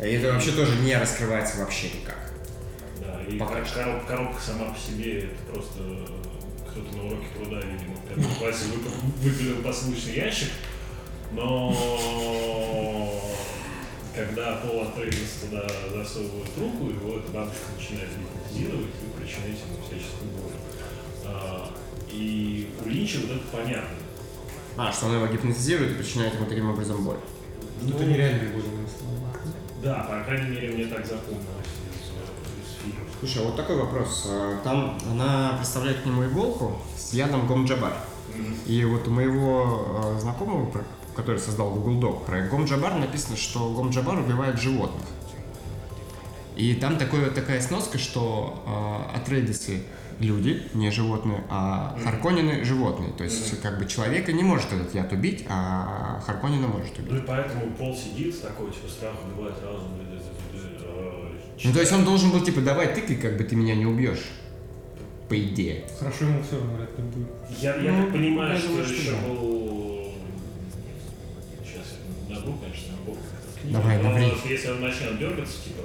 [SPEAKER 6] А,
[SPEAKER 1] И это вообще тоже не раскрывается вообще никак.
[SPEAKER 6] Да, и
[SPEAKER 1] Пока
[SPEAKER 6] кор- короб- коробка сама по себе это просто э, кто-то на уроке труда, видимо, в пятом классе вып- выпилил посылочный ящик, но когда пол отрыгнется туда засовывают руку, его эта бабушка начинает гипнотизировать и причинять ему всяческую боль. А, И у Линча вот это понятно.
[SPEAKER 1] А, что она его гипнотизирует и причиняет ему таким образом боль.
[SPEAKER 3] Ну, это нереальные были мысли.
[SPEAKER 6] Да, по крайней мере, мне так запомнилось из, э, из фильма.
[SPEAKER 1] Слушай, а вот такой вопрос. А, Там она представляет к нему иголку с ядом Гомджабар. И вот у моего э, знакомого, про- который создал Google Doc, про Гомджабар написано, что Гомджабар убивает животных. И там такое, такая сноска, что э, Атрейдисы люди, не животные, а Харконины животные. То есть как бы человека не может этот яд убить, а Харконина может убить.
[SPEAKER 6] Ну и поэтому Пол сидит такой, типа, страх убивает разум. э, э, э, э,
[SPEAKER 1] Ну то есть он должен был типа давай тыкай, как бы ты меня не убьешь. По идее.
[SPEAKER 3] Хорошо ему все равно вряд ли будет.
[SPEAKER 6] Я, я так понимаю,
[SPEAKER 1] я
[SPEAKER 6] что
[SPEAKER 1] думаю, что
[SPEAKER 6] еще
[SPEAKER 1] да.
[SPEAKER 6] был... Сейчас я наберу, конечно, наберу.
[SPEAKER 1] Давай,
[SPEAKER 6] Но
[SPEAKER 1] наври.
[SPEAKER 6] вот если он начнет дергаться, типа,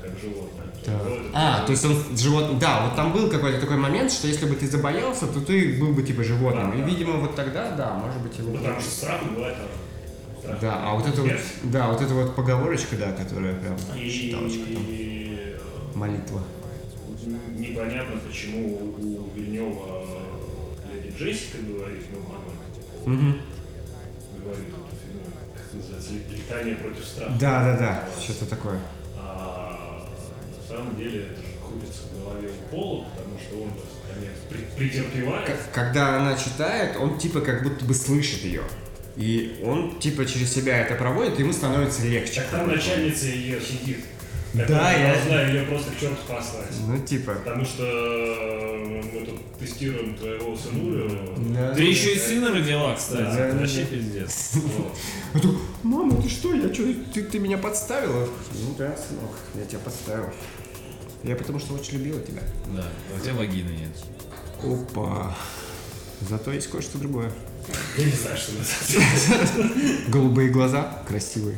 [SPEAKER 6] как животное, то его это-
[SPEAKER 1] А, то есть он живот... Да, вот там был какой-то такой момент, что если бы ты забоялся, то ты был бы типа животным.
[SPEAKER 6] Да,
[SPEAKER 1] И,
[SPEAKER 6] да.
[SPEAKER 1] видимо, вот тогда, да, может быть, его...
[SPEAKER 6] ну, Потому что страх убивает разум. Страх
[SPEAKER 1] Да, а вот это вот,
[SPEAKER 6] Смерть.
[SPEAKER 1] да, вот эта вот поговорочка, да, которая прям
[SPEAKER 6] И,
[SPEAKER 1] считалочка там,
[SPEAKER 6] и,
[SPEAKER 1] молитва.
[SPEAKER 6] э, непонятно, почему у Вильнева леди Джессика говорит, ну, она говорит, эту фигню, как называется, летание против страха.
[SPEAKER 1] Да, да, да, что-то такое.
[SPEAKER 6] А на самом деле это же крутится в голове у Пола, потому что он наконец при- претерпевает.
[SPEAKER 1] К- когда она читает, он типа как будто бы слышит ее. И он типа через себя это проводит, и ему становится легче.
[SPEAKER 6] Так там начальница ее сидит.
[SPEAKER 1] Да,
[SPEAKER 6] которая
[SPEAKER 1] я-
[SPEAKER 6] должна ее просто к черту послать.
[SPEAKER 1] Ну, типа...
[SPEAKER 6] Потому что э, мы тут тестируем твоего сынулю.
[SPEAKER 1] Да.
[SPEAKER 5] Ты еще и сына родила, кстати.
[SPEAKER 1] Да, да,
[SPEAKER 5] Это
[SPEAKER 1] да.
[SPEAKER 5] Вообще пиздец.
[SPEAKER 6] Вот.
[SPEAKER 1] Я думаю, мама, ты что? Я что? Ты, ты меня подставила? Ну да, сынок, я тебя подставил. Я потому что очень любила тебя.
[SPEAKER 5] Да. У тебя вагины нет.
[SPEAKER 1] Опа. Зато есть кое-что другое.
[SPEAKER 6] Я не знаю, что на самом деле.
[SPEAKER 1] Голубые глаза, красивые.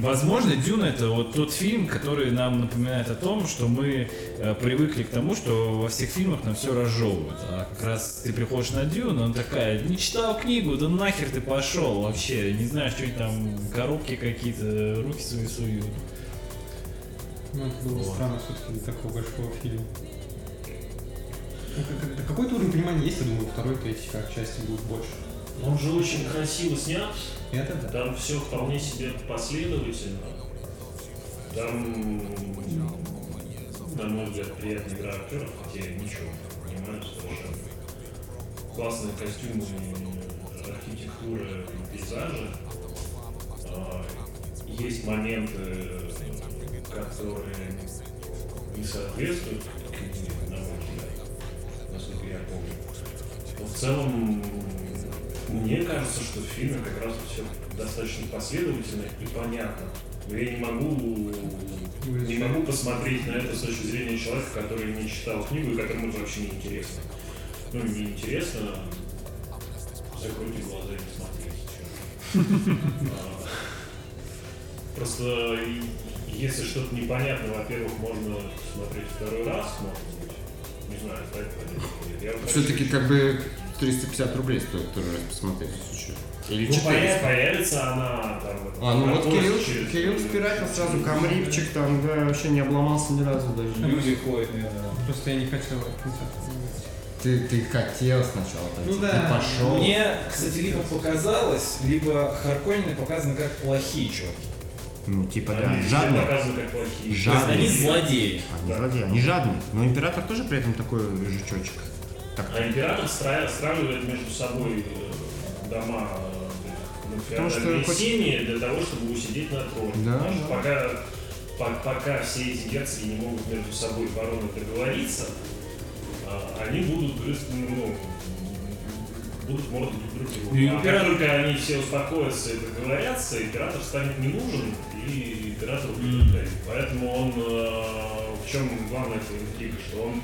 [SPEAKER 5] Возможно, Дюна это вот тот фильм, который нам напоминает о том, что мы э, привыкли к тому, что во всех фильмах нам все разжевывают. А как раз ты приходишь на Дюну, он такая, не читал книгу, да нахер ты пошел вообще, не знаю, что там, коробки какие-то, руки свои суют.
[SPEAKER 3] Ну, это было бы
[SPEAKER 5] Вот.
[SPEAKER 3] странно все-таки для такого большого фильма. Ну, как- как- Какой-то уровень понимания есть, я думаю, во второй, третий, как части будет больше.
[SPEAKER 6] Он же очень красиво снят.
[SPEAKER 3] И Это да.
[SPEAKER 6] Там все вполне себе последовательно. Там, на мой взгляд, приятная игра актеров, хотя я ничего не понимаю совершенно. Классные костюмы, архитектура и пейзажи. А, Есть моменты, которые не соответствуют книге, на мой взгляд, насколько я помню. Но в целом, мне кажется, что в фильме как раз все достаточно последовательно и понятно. Но я не могу, не могу посмотреть на это с точки зрения человека, который не читал книгу и которому это вообще не интересно. Ну, не интересно, закройте глаза и не смотрите. чё. А, Просто и- если что-то непонятно, во-первых, можно смотреть второй раз, может быть. Не знаю, так понятно. Я вот
[SPEAKER 1] Все-таки как бы 350 рублей стоит тоже раз посмотреть, если что. Или
[SPEAKER 6] ну,
[SPEAKER 1] 400.
[SPEAKER 6] появится, появится она там.
[SPEAKER 1] А, ну вот
[SPEAKER 6] проходит
[SPEAKER 1] Кирилл,
[SPEAKER 6] через-
[SPEAKER 1] Кирилл спиратил сразу камрипчик там, да, вообще не обломался ни разу даже.
[SPEAKER 5] Люди ходят, наверное.
[SPEAKER 3] Просто я не хотел от концерта.
[SPEAKER 1] Ты, ты хотел сначала, так,
[SPEAKER 3] Ну
[SPEAKER 1] ты
[SPEAKER 3] да.
[SPEAKER 1] пошел.
[SPEAKER 5] Мне, кстати, либо показалось, либо Харконины показаны как плохие чуваки.
[SPEAKER 1] Ну типа
[SPEAKER 6] Они
[SPEAKER 1] да,
[SPEAKER 6] все
[SPEAKER 1] жадно.
[SPEAKER 6] показаны как плохие.
[SPEAKER 5] То есть они
[SPEAKER 1] Жадный.
[SPEAKER 5] злодеи.
[SPEAKER 1] Они вроде, они жадные. Но император тоже при этом такой жучочек. Так,
[SPEAKER 6] А император стра- сравнивает между собой э, дома э, ну,
[SPEAKER 1] Потому что
[SPEAKER 6] феодальные
[SPEAKER 1] хоть-
[SPEAKER 6] семьи для того, чтобы усидеть на троне.
[SPEAKER 1] Да,
[SPEAKER 6] Потому что
[SPEAKER 1] да.
[SPEAKER 6] Пока, по- пока все эти герцоги не могут между собой бароны договориться, а, они будут грызть, ну, ну, будут морды друг другу.
[SPEAKER 2] И
[SPEAKER 6] а как
[SPEAKER 2] император-
[SPEAKER 6] только они все успокоятся и договорятся, император станет не нужен, и император будет
[SPEAKER 2] Мгм.
[SPEAKER 6] править. Поэтому он, э, в чем главная эта интрига, что он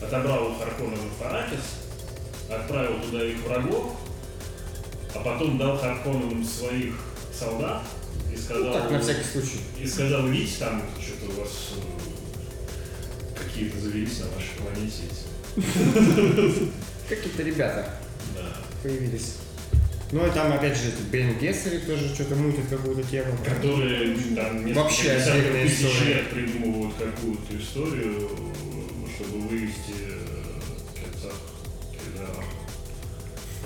[SPEAKER 6] отобрал у Харкона Фаракис, отправил туда их врагов, а потом дал Харконам своих солдат и сказал...
[SPEAKER 1] Ну, так, на всякий случай.
[SPEAKER 6] И сказал, идите там, что-то у вас э, какие-то завелись на вашей планете. эти».
[SPEAKER 1] Какие-то ребята
[SPEAKER 6] Да.
[SPEAKER 1] появились. Ну и там опять же Бен Гессери тоже что-то мутит какую-то тему.
[SPEAKER 6] Которые ну, там несколько
[SPEAKER 1] Вообще
[SPEAKER 6] десятков
[SPEAKER 1] отдельная
[SPEAKER 6] тысяч
[SPEAKER 1] история.
[SPEAKER 6] лет придумывают какую-то историю, э, чтобы вывести э, кольца, когда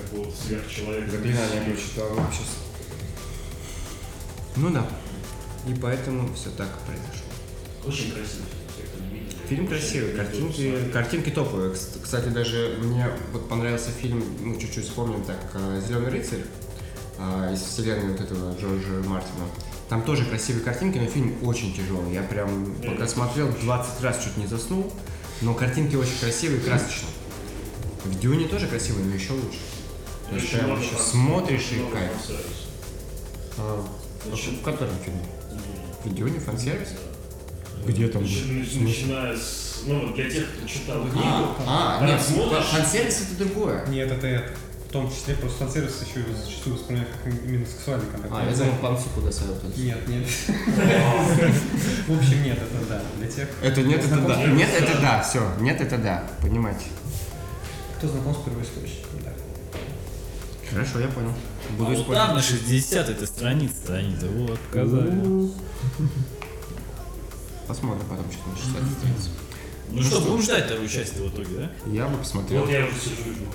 [SPEAKER 6] какого-то сверхчеловека.
[SPEAKER 1] Заклинание прочитал вообще. Ну да. И поэтому все так произошло.
[SPEAKER 6] Очень красивый фильм, все, кто не видели.
[SPEAKER 1] Фильм
[SPEAKER 6] Очень
[SPEAKER 1] красивый,
[SPEAKER 6] рекомендую
[SPEAKER 1] картинки,
[SPEAKER 6] посмотреть.
[SPEAKER 1] картинки топовые. Кс- Кстати, даже мне вот понравился фильм, ну чуть-чуть вспомним так, «Зеленый рыцарь» а, из вселенной вот этого Джорджа Мартина. Там тоже красивые картинки, но фильм очень тяжелый. Я прям,
[SPEAKER 6] Да,
[SPEAKER 1] пока
[SPEAKER 6] это
[SPEAKER 1] смотрел, 20 раз чуть не заснул, но картинки очень красивые и красочные. В «Дюне» тоже красивые, но еще лучше. То есть
[SPEAKER 6] Очень
[SPEAKER 1] прям
[SPEAKER 6] много
[SPEAKER 1] вообще
[SPEAKER 6] фан-
[SPEAKER 1] смотришь и
[SPEAKER 6] много
[SPEAKER 1] кайф.
[SPEAKER 6] фан-сервиса.
[SPEAKER 1] А,
[SPEAKER 6] Значит,
[SPEAKER 1] в котором фильме? В «Дюне» фан-сервис? Где там?
[SPEAKER 6] Начи- Начиная с... Ну вот для тех, кто читал книгу,
[SPEAKER 1] А, а
[SPEAKER 6] там
[SPEAKER 1] нет,
[SPEAKER 6] смотришь-
[SPEAKER 1] фан-сервис это другое.
[SPEAKER 3] Нет, это это. В том числе просто фан-сервис еще зачастую воспринимают как именно сексуальный контент.
[SPEAKER 1] А, я забыл панцу куда садил.
[SPEAKER 3] Нет, нет. В общем, нет, это да. Для тех,
[SPEAKER 1] Это нет, это да.
[SPEAKER 6] Знакомство.
[SPEAKER 1] Нет, это да, все. Нет, это да. Понимаете.
[SPEAKER 3] кто знаком с первоисточником, да.
[SPEAKER 1] Хорошо, я понял.
[SPEAKER 4] А
[SPEAKER 1] Буду
[SPEAKER 4] вот
[SPEAKER 1] использовать.
[SPEAKER 4] там на 60-й странице они-то вот
[SPEAKER 5] Ну
[SPEAKER 4] показали.
[SPEAKER 1] Посмотрим потом, что на 60 страниц.
[SPEAKER 4] Ну что, будем ждать вторую часть в итоге, да?
[SPEAKER 1] Я бы посмотрел.
[SPEAKER 6] вот я уже сижу и жду.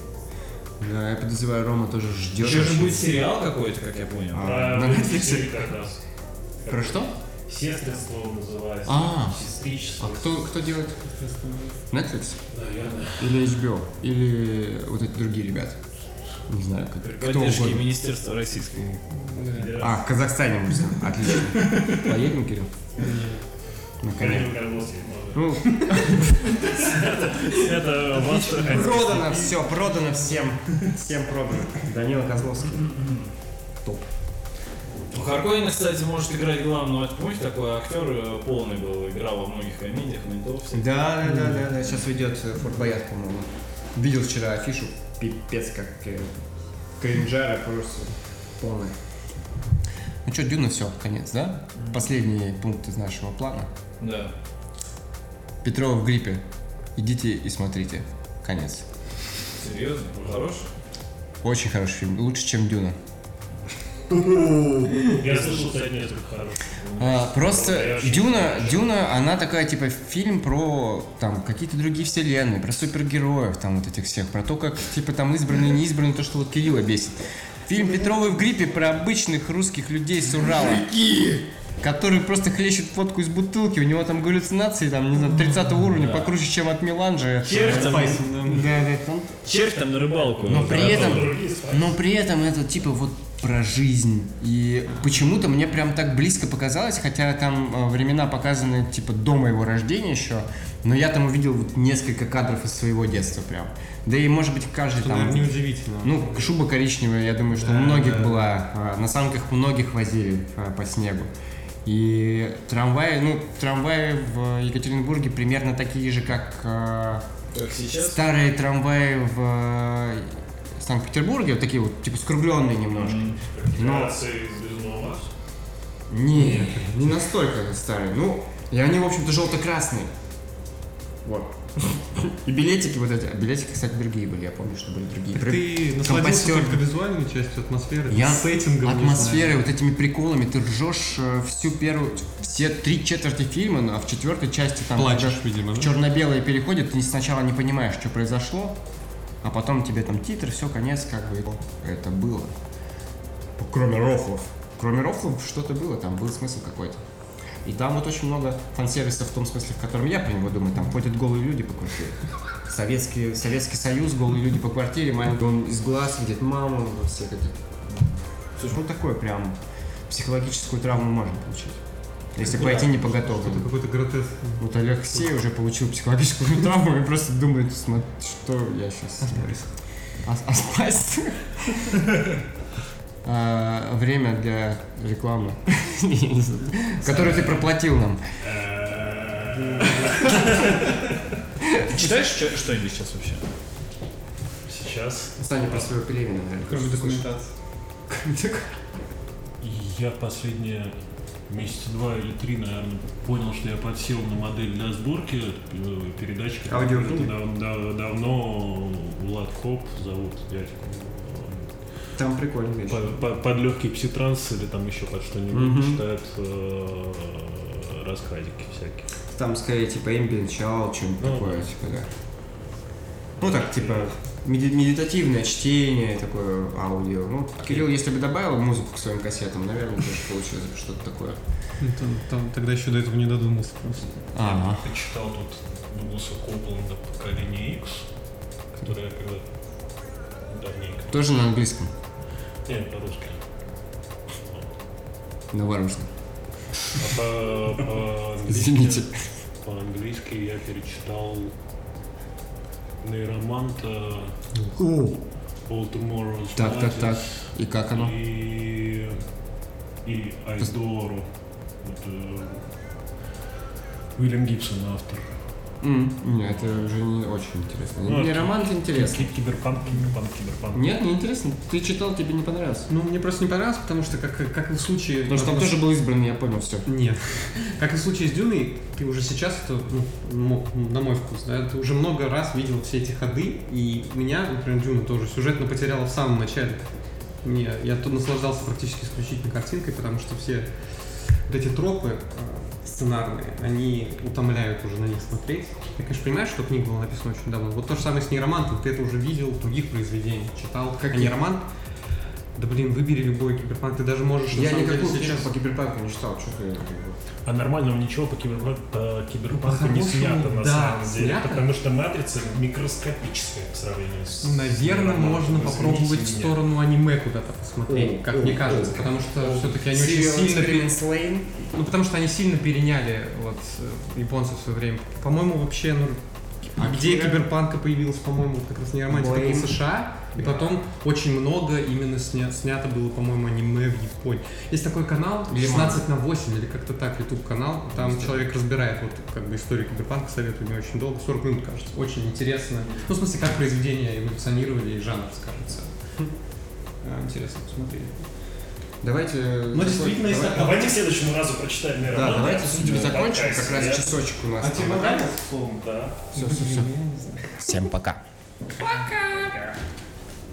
[SPEAKER 1] Да, я подозреваю, Рома тоже ждет.
[SPEAKER 4] Еще же будет сериал какой-то, как я понял.
[SPEAKER 1] А,
[SPEAKER 6] Про
[SPEAKER 1] на Netflix?
[SPEAKER 6] Netflix как раз.
[SPEAKER 1] Про что?
[SPEAKER 6] Сестры слово называется.
[SPEAKER 1] А.
[SPEAKER 6] Сестричество.
[SPEAKER 1] А кто, кто делает? Netflix?
[SPEAKER 6] Наверное.
[SPEAKER 1] Или HBO? Или вот эти другие ребята? Не знаю, как. Кто
[SPEAKER 4] Поддержки
[SPEAKER 1] угодно.
[SPEAKER 4] Министерства Российского.
[SPEAKER 6] Федерация.
[SPEAKER 1] А, в Казахстане мы знаем. Отлично. Поедем, Кирилл? На коне.
[SPEAKER 6] Карелия Козловский, может.
[SPEAKER 1] Ну,
[SPEAKER 6] Это ваш
[SPEAKER 1] Продано все, продано всем. Всем продано. Данила Козловский. Топ.
[SPEAKER 4] У Харконина, кстати, может играть главного. Это помните, такой актер э, полный был, играл во многих комедиях, на это все.
[SPEAKER 1] Да, да, да, да, да. Сейчас уйдет Форт Боярд, по-моему. Видел вчера афишу. Пипец, как э, кринжара просто полная. Ну что, Дюна, все, конец, да? Последний пункт из нашего плана.
[SPEAKER 4] Да.
[SPEAKER 1] Петрова в гриппе. Идите и смотрите. Конец.
[SPEAKER 4] Серьезно? Хорош?
[SPEAKER 1] Очень хороший фильм. Лучше, чем Дюна.
[SPEAKER 6] Я слышал, кстати, несколько хороших.
[SPEAKER 1] А,
[SPEAKER 6] Я
[SPEAKER 1] Просто
[SPEAKER 6] очень
[SPEAKER 1] Дюна,
[SPEAKER 6] хорошо.
[SPEAKER 1] Дюна, она такая, типа, фильм про там какие-то другие вселенные, про супергероев, там вот этих всех, про то, как, типа, там избранные, не избранные, то, что вот Кирилла бесит. Фильм Петровой в гриппе про обычных русских людей с Урала. Которые просто хлещут водку из бутылки, у него там галлюцинации, там, не знаю, 30 уровня, покруче, чем от Меланжа.
[SPEAKER 4] Черт там,
[SPEAKER 1] Да, да, он
[SPEAKER 4] черт там на рыбалку.
[SPEAKER 1] но при этом, но при этом это типа вот про жизнь. И почему-то мне прям так близко показалось, хотя там э, времена показаны типа до моего рождения еще, но я там увидел вот несколько кадров из своего детства прям. Да и может быть каждый
[SPEAKER 3] Это,
[SPEAKER 1] там...
[SPEAKER 3] наверное, неудивительно.
[SPEAKER 1] Ну, шуба коричневая, я думаю, что у
[SPEAKER 3] Да,
[SPEAKER 1] многих
[SPEAKER 3] да.
[SPEAKER 1] была. а, На санках многих возили а, по снегу. И трамваи, ну, трамваи в Екатеринбурге примерно такие же, как а,
[SPEAKER 4] Как сейчас?
[SPEAKER 1] старые трамваи в а, Санкт-Петербурге, вот такие вот, типа, скругленные немножко.
[SPEAKER 6] Операции из Безумного Макса.
[SPEAKER 1] Не, не настолько старые. Ну, и они, в общем-то, желто-красные. Вот. И билетики вот эти. а Билетики, кстати, другие были, я помню, что были другие. При-
[SPEAKER 3] Ты насладился
[SPEAKER 1] компостер.
[SPEAKER 3] только визуальной частью атмосферы,
[SPEAKER 1] Я
[SPEAKER 3] сеттингом, не
[SPEAKER 1] атмосферой, вот этими приколами, ты ржешь э, всю первую, все три четверти фильма, ну, а в четвертой части там
[SPEAKER 3] знаю. Плачешь,
[SPEAKER 1] когда
[SPEAKER 3] видимо,
[SPEAKER 1] в
[SPEAKER 3] да?
[SPEAKER 1] черно-белое переходит, ты сначала не понимаешь, что произошло, а потом тебе там титр, все, конец, как бы это было. Кроме рофлов. Кроме рофлов что-то было, там был смысл какой-то. И там вот очень много фан-сервиса в том смысле, в котором я про него думаю. Там ходят голые люди по квартире. Советский, Советский Союз, голые люди по квартире, маленький он из глаз видит маму, вот все какие Слушай, ну такое прям психологическую травму можно получить. Если пойти не по
[SPEAKER 3] Это
[SPEAKER 1] готовому.
[SPEAKER 3] какой-то гротеск.
[SPEAKER 1] Вот Олег Сей уже получил психологическую травму и просто думает, «Смо- А что я сейчас Ас- Аспайс. А, Время для рекламы, которую ты проплатил нам.
[SPEAKER 6] Э,
[SPEAKER 5] Читаешь чё- что-нибудь сейчас вообще?
[SPEAKER 6] Сейчас
[SPEAKER 1] Саня про свое племя, наверное.
[SPEAKER 3] Кроме документации.
[SPEAKER 6] я последние месяца два или три, наверное, понял, что я подсел на модель для сборки э, передач. которая
[SPEAKER 1] Аудиофильм.
[SPEAKER 6] дав- дав- Давно Влад Коп зовут дядьку.
[SPEAKER 1] Там прикольно, конечно.
[SPEAKER 6] Под, под- под легкий пситранс или там еще под что-нибудь
[SPEAKER 1] Мгм.
[SPEAKER 6] читают э, рассказики всякие.
[SPEAKER 1] Там скорее типа ambient child, что-нибудь
[SPEAKER 6] Ну,
[SPEAKER 1] такое, типа, да. Ну так, типа, меди- медитативное чтение, такое аудио. Ну, Кирилл, если бы добавил музыку к своим кассетам, наверное, тоже получилось бы что-то такое.
[SPEAKER 3] Ну, Там, там тогда еще до этого не додумался просто.
[SPEAKER 1] Ага.
[SPEAKER 6] Я читал тут Дугласа Копланда «Поколение X, которое я когда давненько...
[SPEAKER 1] Тоже на английском,
[SPEAKER 6] Не, по-русски.
[SPEAKER 1] на варварском.
[SPEAKER 6] А по- по-английски-
[SPEAKER 1] Извините.
[SPEAKER 6] По-английски я перечитал нейроманта All Tomorrow's
[SPEAKER 1] Так, так, так.
[SPEAKER 6] Matters
[SPEAKER 1] И как оно?
[SPEAKER 6] И... И Айдору. Вот, э, Уильям Гибсон автор.
[SPEAKER 1] М, Нет, это уже не очень интересно.
[SPEAKER 6] Ну,
[SPEAKER 1] Не
[SPEAKER 6] это-
[SPEAKER 1] роман, это интересно.
[SPEAKER 6] Ки- Киберпанк, киберпанк, киберпанк.
[SPEAKER 1] Нет, не интересно. Ты читал, тебе не понравилось.
[SPEAKER 3] Ну, мне просто не понравилось, потому что, как, как и в случае...
[SPEAKER 1] Потому что там тоже был избран, я понял все.
[SPEAKER 3] Нет. Как и в случае с Дюной, ты уже сейчас, это, ну, мо- на мой вкус, да, ты уже много раз видел все эти ходы, и меня, например, Дюна тоже сюжетно потеряла в самом начале. Не, я тут наслаждался практически исключительно картинкой, потому что все вот эти тропы э, сценарные, они утомляют уже на них смотреть. Я, конечно, понимаю, что книга была написана очень давно. Вот то же самое с нейромантом, ты это уже видел в других произведениях, читал. Как нейромант, да блин, выбери любой киберпанк, ты даже можешь на
[SPEAKER 1] Я
[SPEAKER 3] самом деле
[SPEAKER 1] никакую книжку
[SPEAKER 3] сейчас...
[SPEAKER 1] по киберпанку не читал, что ты...
[SPEAKER 6] А нормального ничего по киберпанку, по киберпанку не
[SPEAKER 3] По-хорошему,
[SPEAKER 6] снято на
[SPEAKER 3] да,
[SPEAKER 6] самом деле.
[SPEAKER 3] снято.
[SPEAKER 6] Потому что матрица микроскопическая по сравнению с.
[SPEAKER 3] Ну, наверное,
[SPEAKER 6] Нейромантом,
[SPEAKER 3] можно
[SPEAKER 6] извините
[SPEAKER 3] попробовать
[SPEAKER 6] меня.
[SPEAKER 3] в сторону аниме куда-то посмотреть,
[SPEAKER 1] О,
[SPEAKER 3] как
[SPEAKER 1] о,
[SPEAKER 3] мне кажется,
[SPEAKER 1] о.
[SPEAKER 3] потому что все-таки они очень сильно пере- ну потому что они сильно переняли вот э, японцев в свое время. По-моему, вообще, ну где
[SPEAKER 1] Акира.
[SPEAKER 3] киберпанка появилась, по-моему, как раз не романтика, это
[SPEAKER 1] Blame.
[SPEAKER 3] был США, и
[SPEAKER 1] Да.
[SPEAKER 3] потом очень много именно сня- снято было, по-моему, аниме в Японии. Есть такой канал,
[SPEAKER 1] Или
[SPEAKER 3] 16 на 8, или как-то так, YouTube канал, там
[SPEAKER 1] Интересно.
[SPEAKER 3] человек разбирает вот как бы историю киберпанка, советую мне очень долго, 40 минут, кажется, очень интересно. Ну, в смысле, как произведения эволюционировали и жанр, скажется.
[SPEAKER 1] Хм.
[SPEAKER 3] А, Интересно посмотреть.
[SPEAKER 1] Давайте...
[SPEAKER 7] Ну, действительно, если
[SPEAKER 1] давай-
[SPEAKER 7] так-
[SPEAKER 6] Давайте к следующему разу прочитаем Мироманта.
[SPEAKER 1] Да, давайте все-таки закончим, как раз
[SPEAKER 6] часов.
[SPEAKER 1] часочек у нас.
[SPEAKER 7] А тебе
[SPEAKER 1] там.
[SPEAKER 7] понравилось словом?
[SPEAKER 6] Да.
[SPEAKER 1] Все, все, все. Всем пока.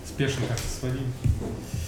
[SPEAKER 3] Спешно как-то сводить.